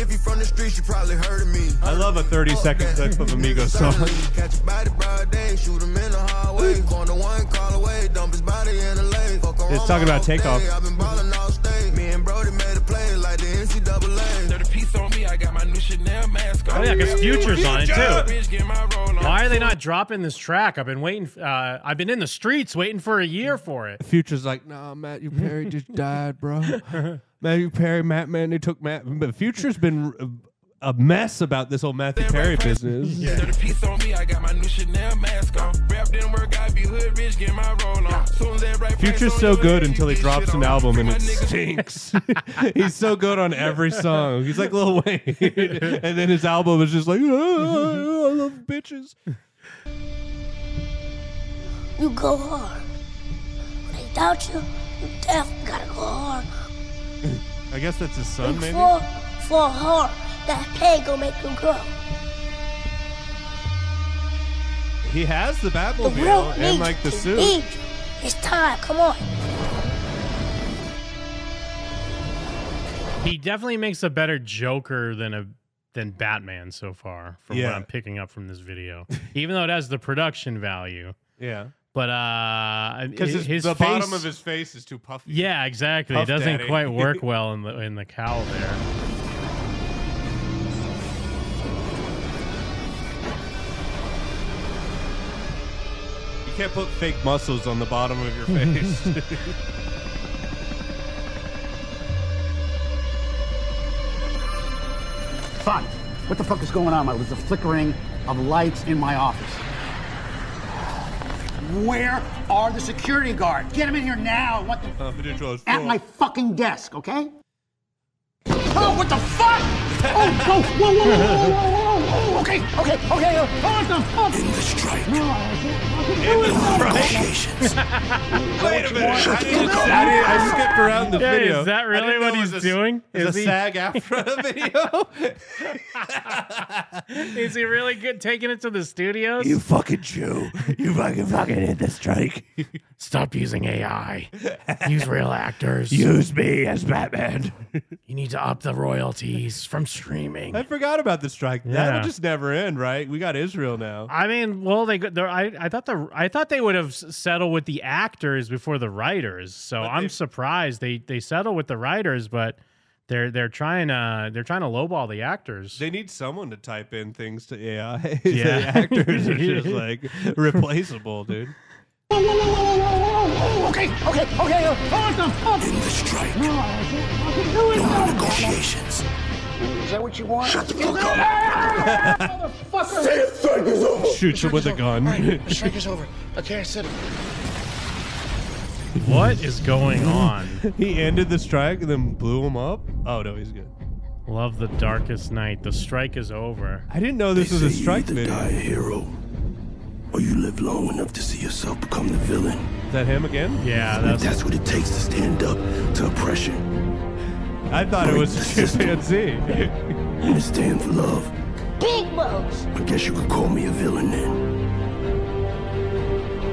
If you from the streets, you probably heard of me. I love a 30 second clip of Amigos song. Catch a body broad day, shoot him in the hallway. Going to one call away, dump his body in the lake. Fuck around It's talking my whole about takeoff. day, I've been ballin' all state. Me and Brody made a play like the NCAA. Dirty piece on me, I got my new Chanel mask Oh yeah, because Future's on it too. Bitch, get my roll on. Why are they not dropping this track? I've been waiting. Uh, I've been in the streets waiting for a year for it. Future's like, nah, Matthew Perry just died, bro. Matthew Perry, Matt Man, they took Matt. But Future's been a mess about this whole Matthew Perry business. Dirty piece on me, I got my new Chanel mask on. Rap didn't work, I be hood rich, get my roll on. Soon as that right Future's so good until he drops an album and it stinks. He's so good on every song. He's like Lil Wayne, and then his album is just like, "Ah, I love bitches. You go hard. When they doubt you, you definitely gotta go hard. I guess that's his son, You maybe. Fall, fall hard. That pay gonna make you grow. He has the The world Batmobile needs and like the you. suit. Needs you. It's time. Come on. He definitely makes a better Joker than a than Batman so far, from what Yeah. I'm picking up from this video. Even though it has the production value, Yeah, but uh, because his, his the face, bottom of his face is too puffy. yeah, exactly. It Puff doesn't Daddy. quite work well in the in the cowl there. You can't put fake muscles on the bottom of your face. Son, what the fuck is going on? There's a flickering of lights in my office. Where are the security guards? Get them in here now. What the Uh, Confidential as at fuck. my fucking desk, okay? Oh, what the fuck? Oh, go! Whoa, whoa, whoa, whoa, whoa, whoa, whoa! Okay, okay, okay. Oh, what the fuck? In the strike. No, Wait a minute. I, didn't say- I didn't- I skipped around the Yeah, video. is that I really didn't know what it he's was a- doing? Is, Is a he- SAG after video? Is he really good taking it to the studios? You fucking Jew. You fucking fucking hit the strike. Stop using AI. Use real actors. Use me as Batman. You need to up the royalties from streaming. I forgot about the strike. Yeah. That'll just never end, right? We got Israel now. I mean, well, they they're- I I thought the I thought they would have s- settled with the actors before the writers. So I'm surprised they they settle with the writers, but they're they're trying to they're trying to lowball the actors. They need someone to type in things to AI. Yeah. the actors are just like replaceable, dude. Whoa, whoa, whoa, whoa, whoa, whoa, whoa, whoa. Okay, okay, okay. uh, Hold on, hold on. In the strike. No, I can't fucking do it. No negotiations. Is that what you want? Shut the fuck up. Motherfucker. Say it, strike is over. Shoots him with a gun. The strike is over. Okay, I said it. What is going on? he ended the strike and then blew him up. Oh no, he's good. Love the darkest night. The strike is over. I didn't know this was a strike You either video. die a hero, or you live long enough to see yourself become the villain. Is that him again? Yeah, That's, what it takes to stand up to oppression. I thought it was chimpanzee. And it stands for love. Big bones. I guess you could call me a villain then.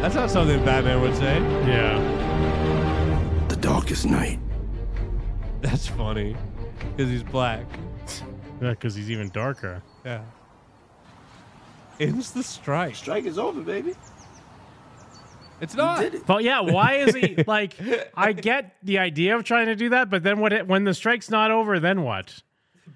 That's not something Batman would say. Yeah, The darkest night. that's funny because he's black. Yeah, because he's even darker. Yeah. Ends the strike. Strike is over, baby. It's not. But yeah, why is he like? I get the idea of trying to do that, but then what? It, when the strike's not over, then what?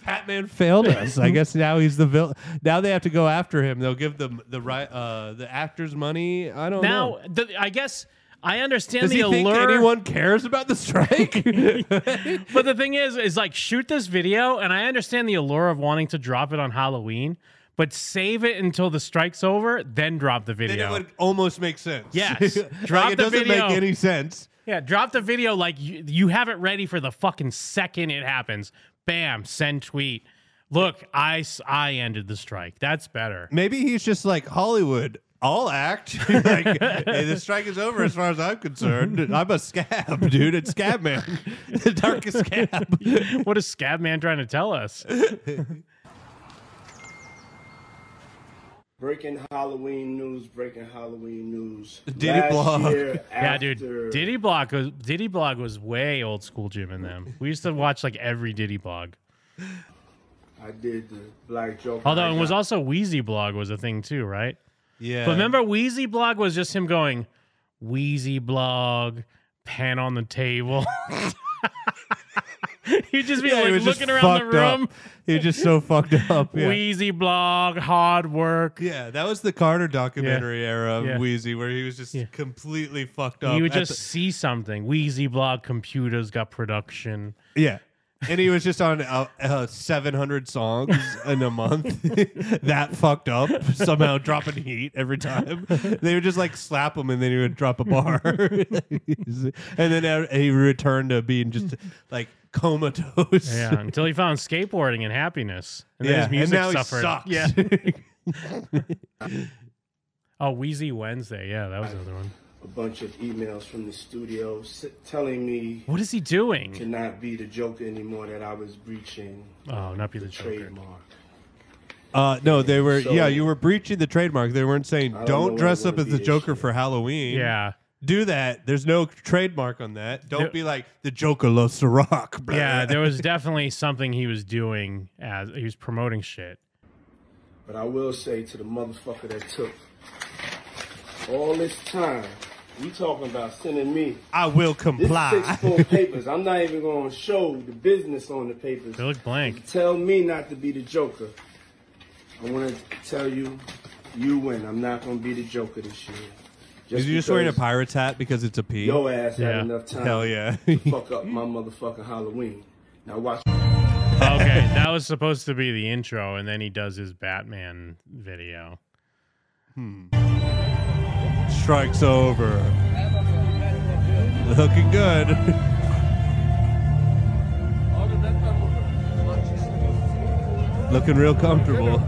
Batman failed us. I guess now he's the villain. Now they have to go after him. They'll give them the right, uh, the actors money. I don't Now, know. the, I guess I understand Does the he think allure. anyone cares about the strike? but the thing is, is like shoot this video, and I understand the allure of wanting to drop it on Halloween, but save it until the strike's over, then drop the video. Then it would almost make sense. Yes. Like, Drop it the doesn't video. make any sense. yeah, drop the video like you, you have it ready for the fucking second it happens. Bam, send tweet. Look, I s- I ended the strike. That's better. Maybe he's just like Hollywood. I'll act. like, hey, the strike is over as far as I'm concerned. I'm a scab, dude. It's scab man. the darkest scab. what is Scab Man trying to tell us? Breaking Halloween news, breaking Halloween news. Diddy Last year yeah, after- dude. Diddy Block was Diddy Blog was way old school Jim and them. We used to watch like every Diddy Blog. I did the Black Joker. Although I it was got- also Wheezy Blog was a thing too, right? Yeah. But remember Wheezy Blog was just him going Wheezy Blog, pan on the table. He'd just be Yeah, he like was just looking around the fucked up. room. He was just so fucked up. Yeah. Wheezy Blog, hard work. Yeah, that was the Carter documentary era of Yeah. Wheezy, where he was just completely fucked up. You would at just see something. Wheezy Blog computers got production. the- yeah. And he was just on uh, uh, 700 songs in a month. that fucked up, somehow dropping heat every time. They would just like slap him and then he would drop a bar. and then uh, he returned to being just like comatose. Yeah, until he found skateboarding and happiness. And then Yeah, his music and now he suffered. sucks. Yeah. oh, Wheezy Wednesday. Yeah, that was the other one. a bunch of emails from the studio s- telling me What is he doing? to not be the Joker anymore. That I was breaching Oh, not be the, trademark. Uh, no, they were. So- yeah, you were breaching the trademark. They weren't saying I don't know don't what dress I up wanna as the be Joker for Halloween. Yeah. do that. There's no trademark on that. Don't There- be like the Joker loves to rock. blah. Yeah, there was definitely something he was doing as he was promoting shit. But I will say to the motherfucker that took all this time, you talking about sending me I will this comply. six full papers. I'm not even going to show the business on the papers. They look blank. Tell me not to be the Joker. I want to tell you, you win. I'm not going to be the Joker this year. Is you just wearing a because pirate's hat because it's a P? Your ass had enough time Hell yeah. to fuck up my motherfucking Halloween. Now watch. Okay, that was supposed to be the intro, and then he does his Batman video. Hmm. Strikes over. Looking good. Looking real comfortable.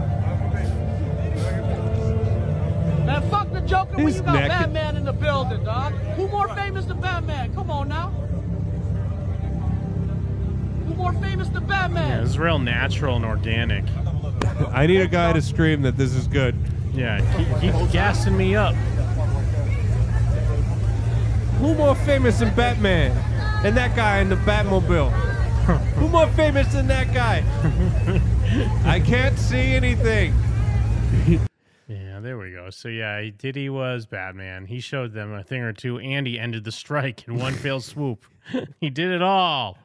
Man, fuck the Joker when His you got neck- Batman in the building, dog. Who more famous than Batman? Come on now. Who more famous than Yeah, Batman? it's real natural and organic. I need a guy to scream that this is good. Yeah, keep, keep gassing me up. Who more famous than Batman? And that guy in the Batmobile. Who more famous than that guy? I can't see anything. Yeah, there we go. So yeah, he- Diddy was Batman. He showed them a thing or two, and he ended the strike in one fell swoop. he did it all.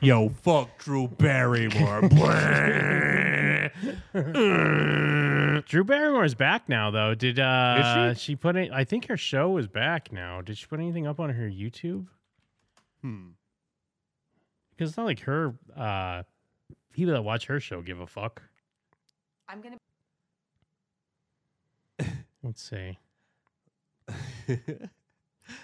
Yo, fuck Drew Barrymore. Drew Barrymore is back now, though. Did uh, she? put it? I think her show is back now. Did she put anything up on her YouTube? Hmm. Because it's not like her uh, people that watch her show give a fuck. I'm gonna. Let's see.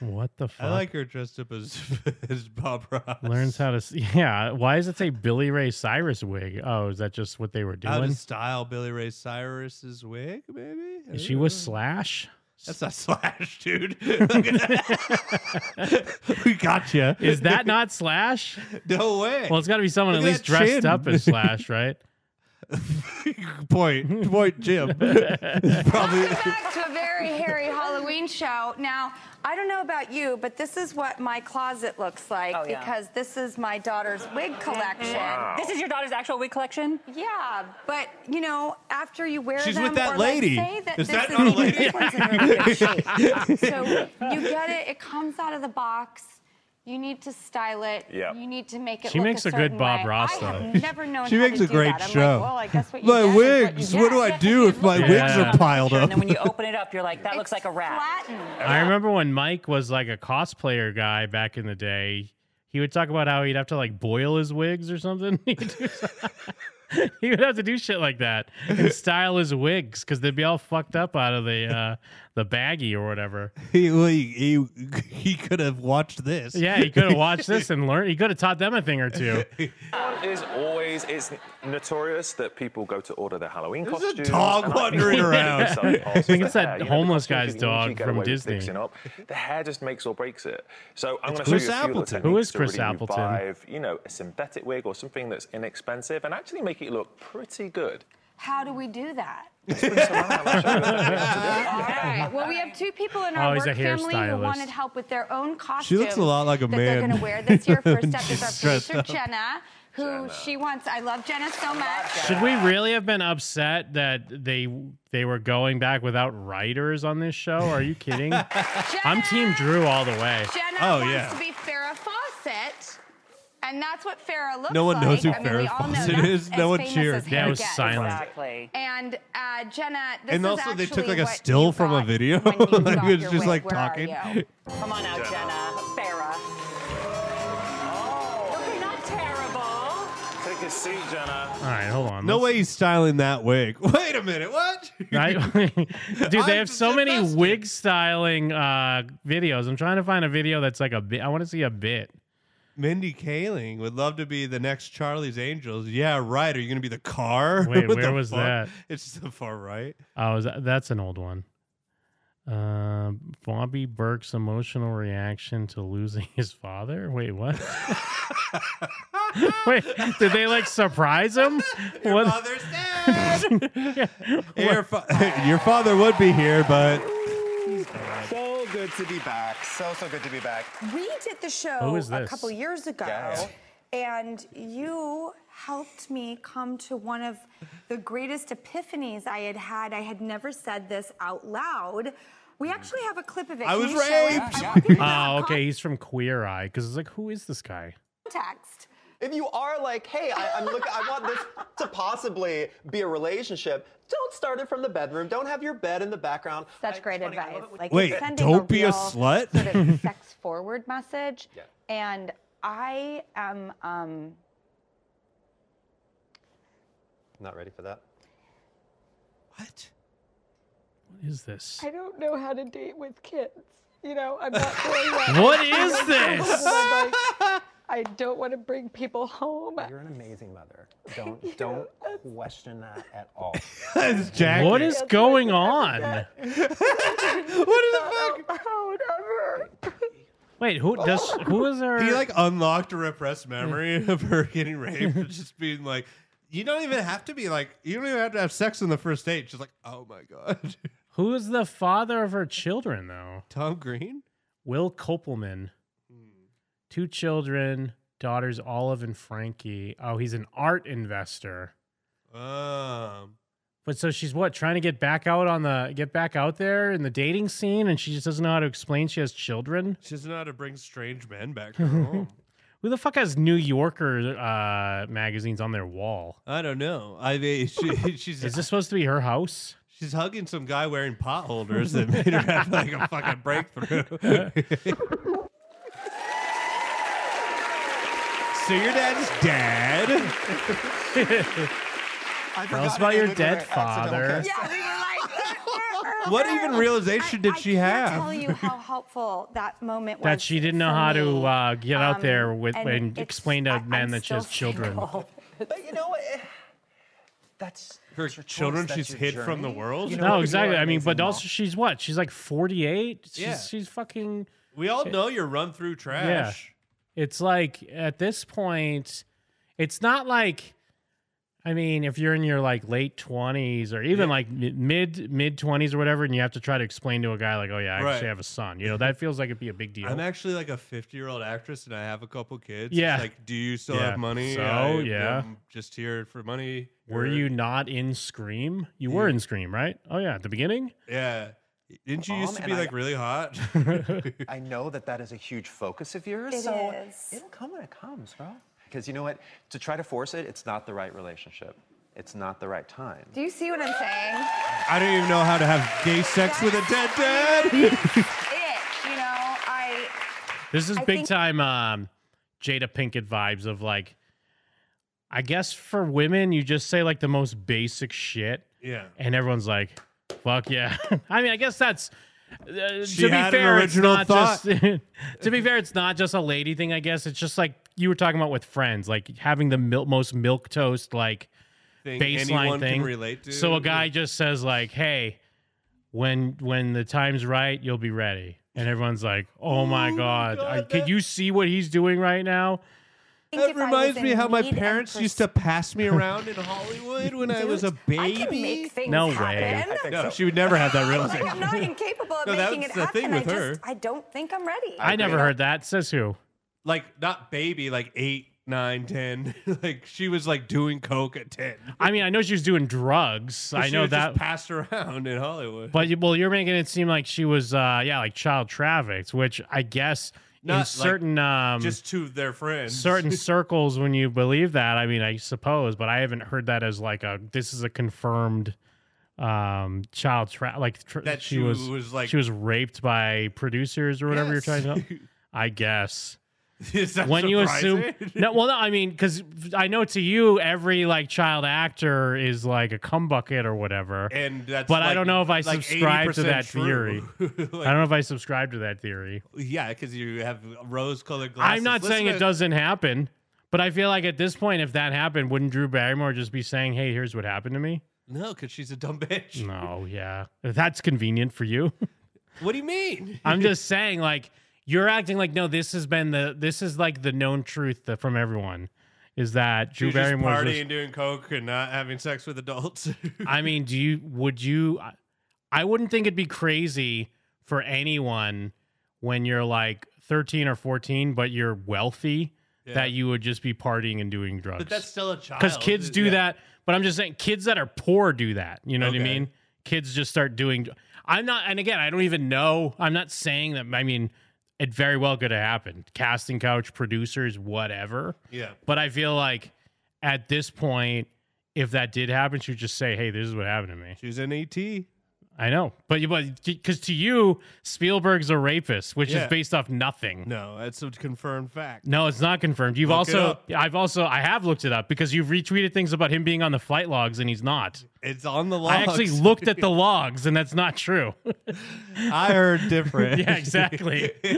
what the fuck? I like her dressed up as as Bob Ross. Learns how to. s- Yeah. Why does it say Billy Ray Cyrus wig? Oh, is that just what they were Out doing? of style, Billy Ray Cyrus's wig, maybe. I she don't was know. Slash. That's not Slash, dude. Look at that. we gotcha. Is that not Slash? No way. Well, it's got to be someone Look at at least that dressed chin. up as Slash, right? point. Point, Jim. It's probably. Back to a very hairy Halloween show. Now, I don't know about you, but this is what my closet looks like Oh, yeah. Mm-hmm. because this is my daughter's wig collection. Oh. Wow. This is your daughter's actual wig collection? Yeah, but you know, after you wear She's them, with that or, like, lady. say that Is this that not a lady? this one's her shape. so you get it. It comes out of the box. You need to style it. Yep. You need to make it. She look makes a certain good Bob way. Ross, I have though. never known She how makes to a do great that. I'm Like, show. well, I guess what you My get is what wigs. you What do get. I do if my wigs Yeah. are piled up? And then when you open it up, you're like, that looks like a rat. I remember when Mike was like a cosplayer guy back in the day. He would talk about how he'd have to like boil his wigs or something. He'd do some- he would have to do shit like that and style his wigs because they'd be all fucked up out of the uh, the baggie or whatever. He, well, he, he, he could have watched this. Yeah, he could have watched this and learned. He could have taught them a thing or two. One is always it's notorious that people go to order their Halloween There's a costumes. dog and I think wandering in around. some parts I think of it's the that hair, you know, the homeless costumes guy's you can usually dog get from away with Disney. fixing Up. The hair just makes or breaks it. So I'm going to show It's Chris you a few Appleton. of the Who is techniques to really Chris Appleton? revive, you know, a synthetic wig or something that's inexpensive and actually make it look pretty good. How do we do that? All right. Well, we have two people in Oh, our he's work a hairstylist. family who wanted help with their own costumes. She looks a lot like a that They're man going to wear this year. First when up is our she's dressed producer up. Jenna, who she wants. I love Jenna so much. Should we really have been upset that they they were going back without writers on this show? Are you kidding? I'm Team Drew all the way. Jenna Oh, wants to be Farrah Fawcett, and that's what Farrah looks like. No one knows who I mean, we Farrah all know Fawcett that's is. as No one famous cheered. as Yeah, it hair was gets. silent. Exactly. And uh, Jenna, this and is also, they took actually like a what still you from a got video. when you like, got it's your wig. just like Where are talking. you? Come on out, Jenna. Farah. Oh. Not terrible. Take a seat, Jenna. All right, hold on. No Let's- way he's styling that wig. Wait a minute. What? I, dude, they have so many wig styling uh, videos. I'm trying to find a video that's like a bit. I want to see a bit. Mindy Kaling would love to be the next Charlie's Angels. Yeah, right. Are you going to be the car? Wait, What where the was fuck? that? It's the far right. Oh, is that, that's an old one. Uh, Bobby Burke's emotional reaction to losing his father. Wait, what? Wait, did they like surprise him? Your what? father's dead. Your, fa- Your father would be here, but So good to be back. So, so good to be back. We did the show Who is a this? couple years ago, Yeah. and you helped me come to one of the greatest epiphanies I had had. I had never said this out loud. We actually have a clip of it. Mm. I Can was you show it? raped. I want people to Oh, Ah, have okay. He's from Queer Eye because it's like, who is this guy? context. If you are like, hey, I, I'm look, I want this to possibly be a relationship, don't start it from the bedroom. Don't have your bed in the background. Such great advice. Like Wait, it's sending don't be a real slut? Sort of sex forward message. And I am um, Not ready for that. What is this? I don't know how to date with kids. You know, I'm not very well. What is I'm this? like, I don't want to bring people home. You're an amazing mother. Don't don't question that at all. Jack. What is going on? what the fuck? ever. Wait, who does? Who is her? He like unlocked a repressed memory of her getting raped and just being like, you don't even have to be like, you don't even have to have sex on the first date. She's like, oh my God. Who is the father of her children, though? Tom Green? Will Copelman. Hmm. Two children, daughters Olive and Frankie. Oh, he's an art investor. Um, But so she's what trying to get back out on the get back out there in the dating scene, and she just doesn't know how to explain she has children. she doesn't know how to bring strange men back to her home. Who the fuck has New Yorker uh, magazines on their wall? I don't know. I mean, she, she's Is this supposed to be her house? She's hugging some guy wearing pot holders that made her have like a fucking breakthrough. so your dad's dead. Tell us about your dead father. Yeah, we were like. What even realization did she I have? can't tell you how helpful that moment was. That she didn't know for how me. to uh, get out Um, there with and and, it's- explain to a man that she still has children. But you know what? eh, That's Her that's your children choice, she's that's your hid from the journey. world. You know what, no, you exactly. are I mean, but amazing, also she's what? She's like 48. She's, Yeah. she's fucking. We all know you're run through trash. Yeah. It's like at this point, it's not like I mean, if you're in your like late 20s or even like m- mid mid 20s or whatever and you have to try to explain to a guy like, "Oh yeah, I Right. actually have a son." You know, that feels like it'd be a big deal. I'm actually like a 50 year old actress and I have a couple kids. It's Yeah. like, do you still Yeah. have money? So, I yeah. am just here for money. were Or- you not in Scream? You were in Scream, right? Oh yeah, at the beginning? Yeah. Didn't you used Mom, to be and I- like really hot? I know that that is a huge focus of yours. It so is. it'll come when it comes, bro. Because you know what? To try to force it, it's not the right relationship. It's not the right time. Do you see what I'm saying? I don't even know how to have gay sex with a dead dad. It, you know, I. This is I big think- time um, Jada Pinkett vibes of like, I guess for women, you just say like the most basic shit. Yeah. And everyone's like, fuck yeah. I mean, I guess that's. Uh, She to be had an fair, it's original not just. to be fair, it's not just a lady thing. I guess it's just like you were talking about with friends, like having the mil- most milk toast like Thing baseline anyone can thing. relate to. So a guy just says like, "Hey, when when the time's right, you'll be ready." And everyone's like, "Oh my god, I, could you see what he's doing right now?" think That if I was reminds me in how my need and parents used to pass me around in Hollywood when I was a baby. I can make things No way. happen. I think No, so. she would never have that I'm like, realization. I'm not incapable of No, that making it was the happen. thing with I her. just, I don't think I'm ready. I, never heard that. Says who? like not baby, like eight, nine, ten. like she was like doing coke at ten. I mean, I know she was doing drugs. I She know was that. just passed around in Hollywood. but you- well, you're making it seem like she was, uh, yeah, like child trafficked, which I guess Not, in like, certain um, just to their friends. certain circles when you believe that i mean i suppose but i haven't heard that as like a this is a confirmed um child tra- like tr- That she she was, was, like- she was raped by producers or whatever you're Yes. trying to i guess Is that when you assume surprising? no well no i mean because i know to you every like child actor is like a cum bucket or whatever and that's but i like- don't know if i like subscribe to 80% that true. theory i don't know if i subscribe to that theory Yeah, because you have rose-colored glasses. I'm not saying Listen it to- doesn't happen, but I feel like at this point, if that happened, wouldn't Drew Barrymore just be saying, "Hey, here's what happened to me"? No, because she's a dumb bitch. No, yeah, that's convenient for you. What do you mean? I'm just saying, like, you're acting like no, this has been the this is like the known truth that, from everyone is that She Drew was just Barrymore. partying, doing coke, and not having sex with adults. I mean, do you would you? I- I wouldn't think it'd be crazy for anyone when you're like 13 or 14, but you're wealthy. Yeah. That you would just be partying and doing drugs. but that's still a child. because kids do Yeah. that. But I'm just saying, kids that are poor do that. You know what I Okay. mean? Kids just start doing. I'm not, and again, I don't even know. I'm not saying that. I mean, it very well could have happened. Casting couch, producers, whatever. Yeah. But I feel like at this point, if that did happen, she would just say, "Hey, this is what happened to me." She's an E ET. I know, but you, but because to you, Spielberg's a rapist, which Yeah. is based off nothing. No, that's a confirmed fact. No, it's not confirmed. You've Look it also, up. I've also, I have looked it up because you've retweeted things about him being on the flight logs and he's not. It's on the I actually logs. looked at the logs and that's not true. I heard different. yeah, exactly. You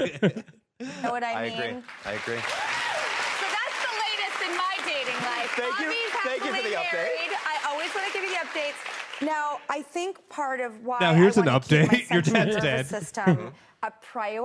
know what I, I mean? agree. I agree. So that's the latest in my dating life. Thank you- Bobby's thank you for happily the update. married. I always want to give you the updates. Now, I think part of why Now, here's I an wanna keep update. my Your central dad's nervous dead. System a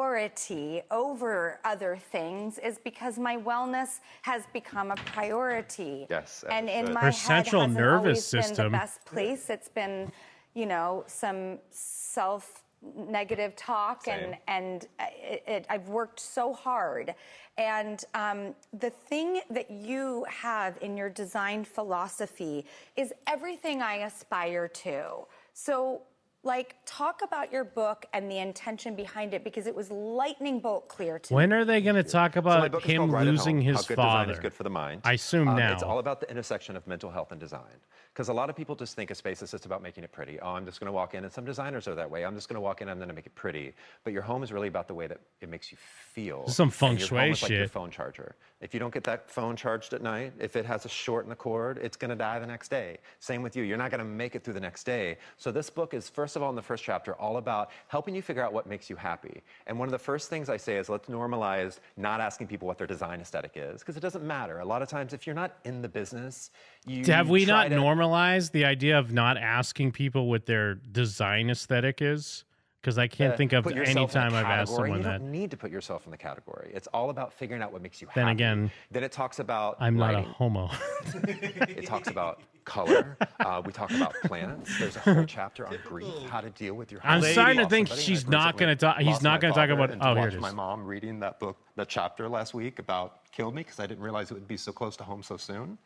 priority over other things is because my wellness has become a priority. Yes, and in understood. my Her head central hasn't nervous always system. been the best place. It's been, you know, some self negative talk and Same. and uh, it, it, I've worked so hard. And um, the thing that you have in your design philosophy is everything I aspire to. So, like, talk about your book and the intention behind it because it was lightning bolt clear to me. when are they going to talk So my about book is him called Right at losing Home, his How good father? Design is good for the mind. I assume Um, now. It's all about the intersection of mental health and design. Because a lot of people just think a space is just about making it pretty. Oh, I'm just going to walk in, and some designers are that way. I'm just going to walk in, I'm going to make it pretty. But your home is really about the way that it makes you feel. Some feng And your home shui is Like your shit. phone charger. If you don't get that phone charged at night, if it has a short in the cord, it's going to die the next day. Same with you. You're not going to make it through the next day. So this book is, first of all, in the first chapter, all about helping you figure out what makes you happy. And one of the first things I say is let's normalize not asking people what their design aesthetic is because it doesn't matter. A lot of times, if you're not in the business, you Have we try not to- normalized the idea of not asking people what their design aesthetic is? Because I can't uh, think of put any yourself in a time I've asked category, and someone you that. don't need to put yourself in the category. It's all about figuring out what makes you Then happy. again, then it talks about I'm not a lighting. homo. it talks about color. Uh, we talk about planets. There's a whole chapter on grief, how to deal with your. I'm home. starting to Lost think somebody, and I she's not recently gonna talk- he's lost not my gonna talk father, about- and to oh, here watch it My is. mom reading that book, the chapter last week about killed me because I didn't realize it would be so close to home so soon.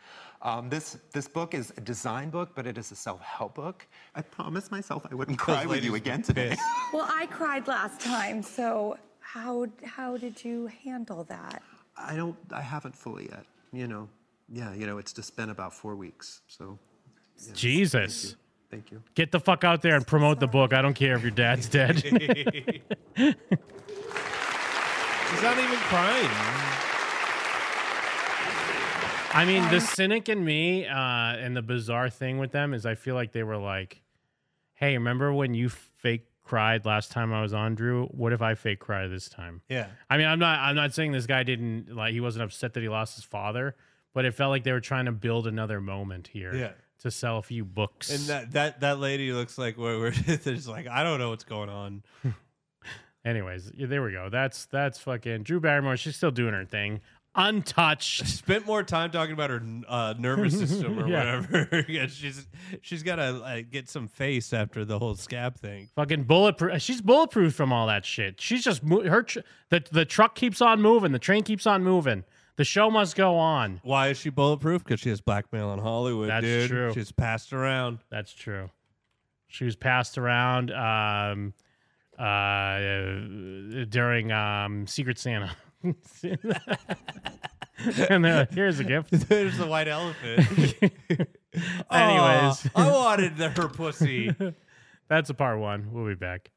Um, this this book is a design book, but it is a self-help book. I promised myself I wouldn't cry with you again today. Well, I cried last time, so how how did you handle that? I don't. I haven't fully yet. You know. Yeah. You know. It's just been about four weeks. So. yeah. Jesus. Thank you. Get the fuck out there and promote the book. I don't care if your dad's dead. He's not even crying. I mean, the Um, cynic in me, uh, and the bizarre thing with them is I feel like they were like, hey, remember when you fake cried last time I was on Drew? What if I fake cry this time? Yeah. I mean, I'm not I'm not saying this guy didn't like he wasn't upset that he lost his father, but it felt like they were trying to build another moment here Yeah. to sell a few books. And that that that lady looks like where we're just like I don't know what's going on. Anyways, yeah, there we go. That's that's fucking Drew Barrymore. She's still doing her thing. Untouched. Spent more time talking about her uh, nervous system or Yeah. whatever. yeah, she's she's got to like, get some face after the whole scab thing. Fucking bulletproof. She's bulletproof from all that shit. She's just mo- her. Tr- the the truck keeps on moving. The train keeps on moving. The show must go on. Why is she bulletproof? Because she has blackmail in Hollywood, That's dude. true. She's passed around. That's true. She was passed around um, uh, during um, Secret Santa. and they're like, here's a gift. There's the white elephant. Anyways, Aw, I wanted the- her pussy. That's a part one. We'll be back.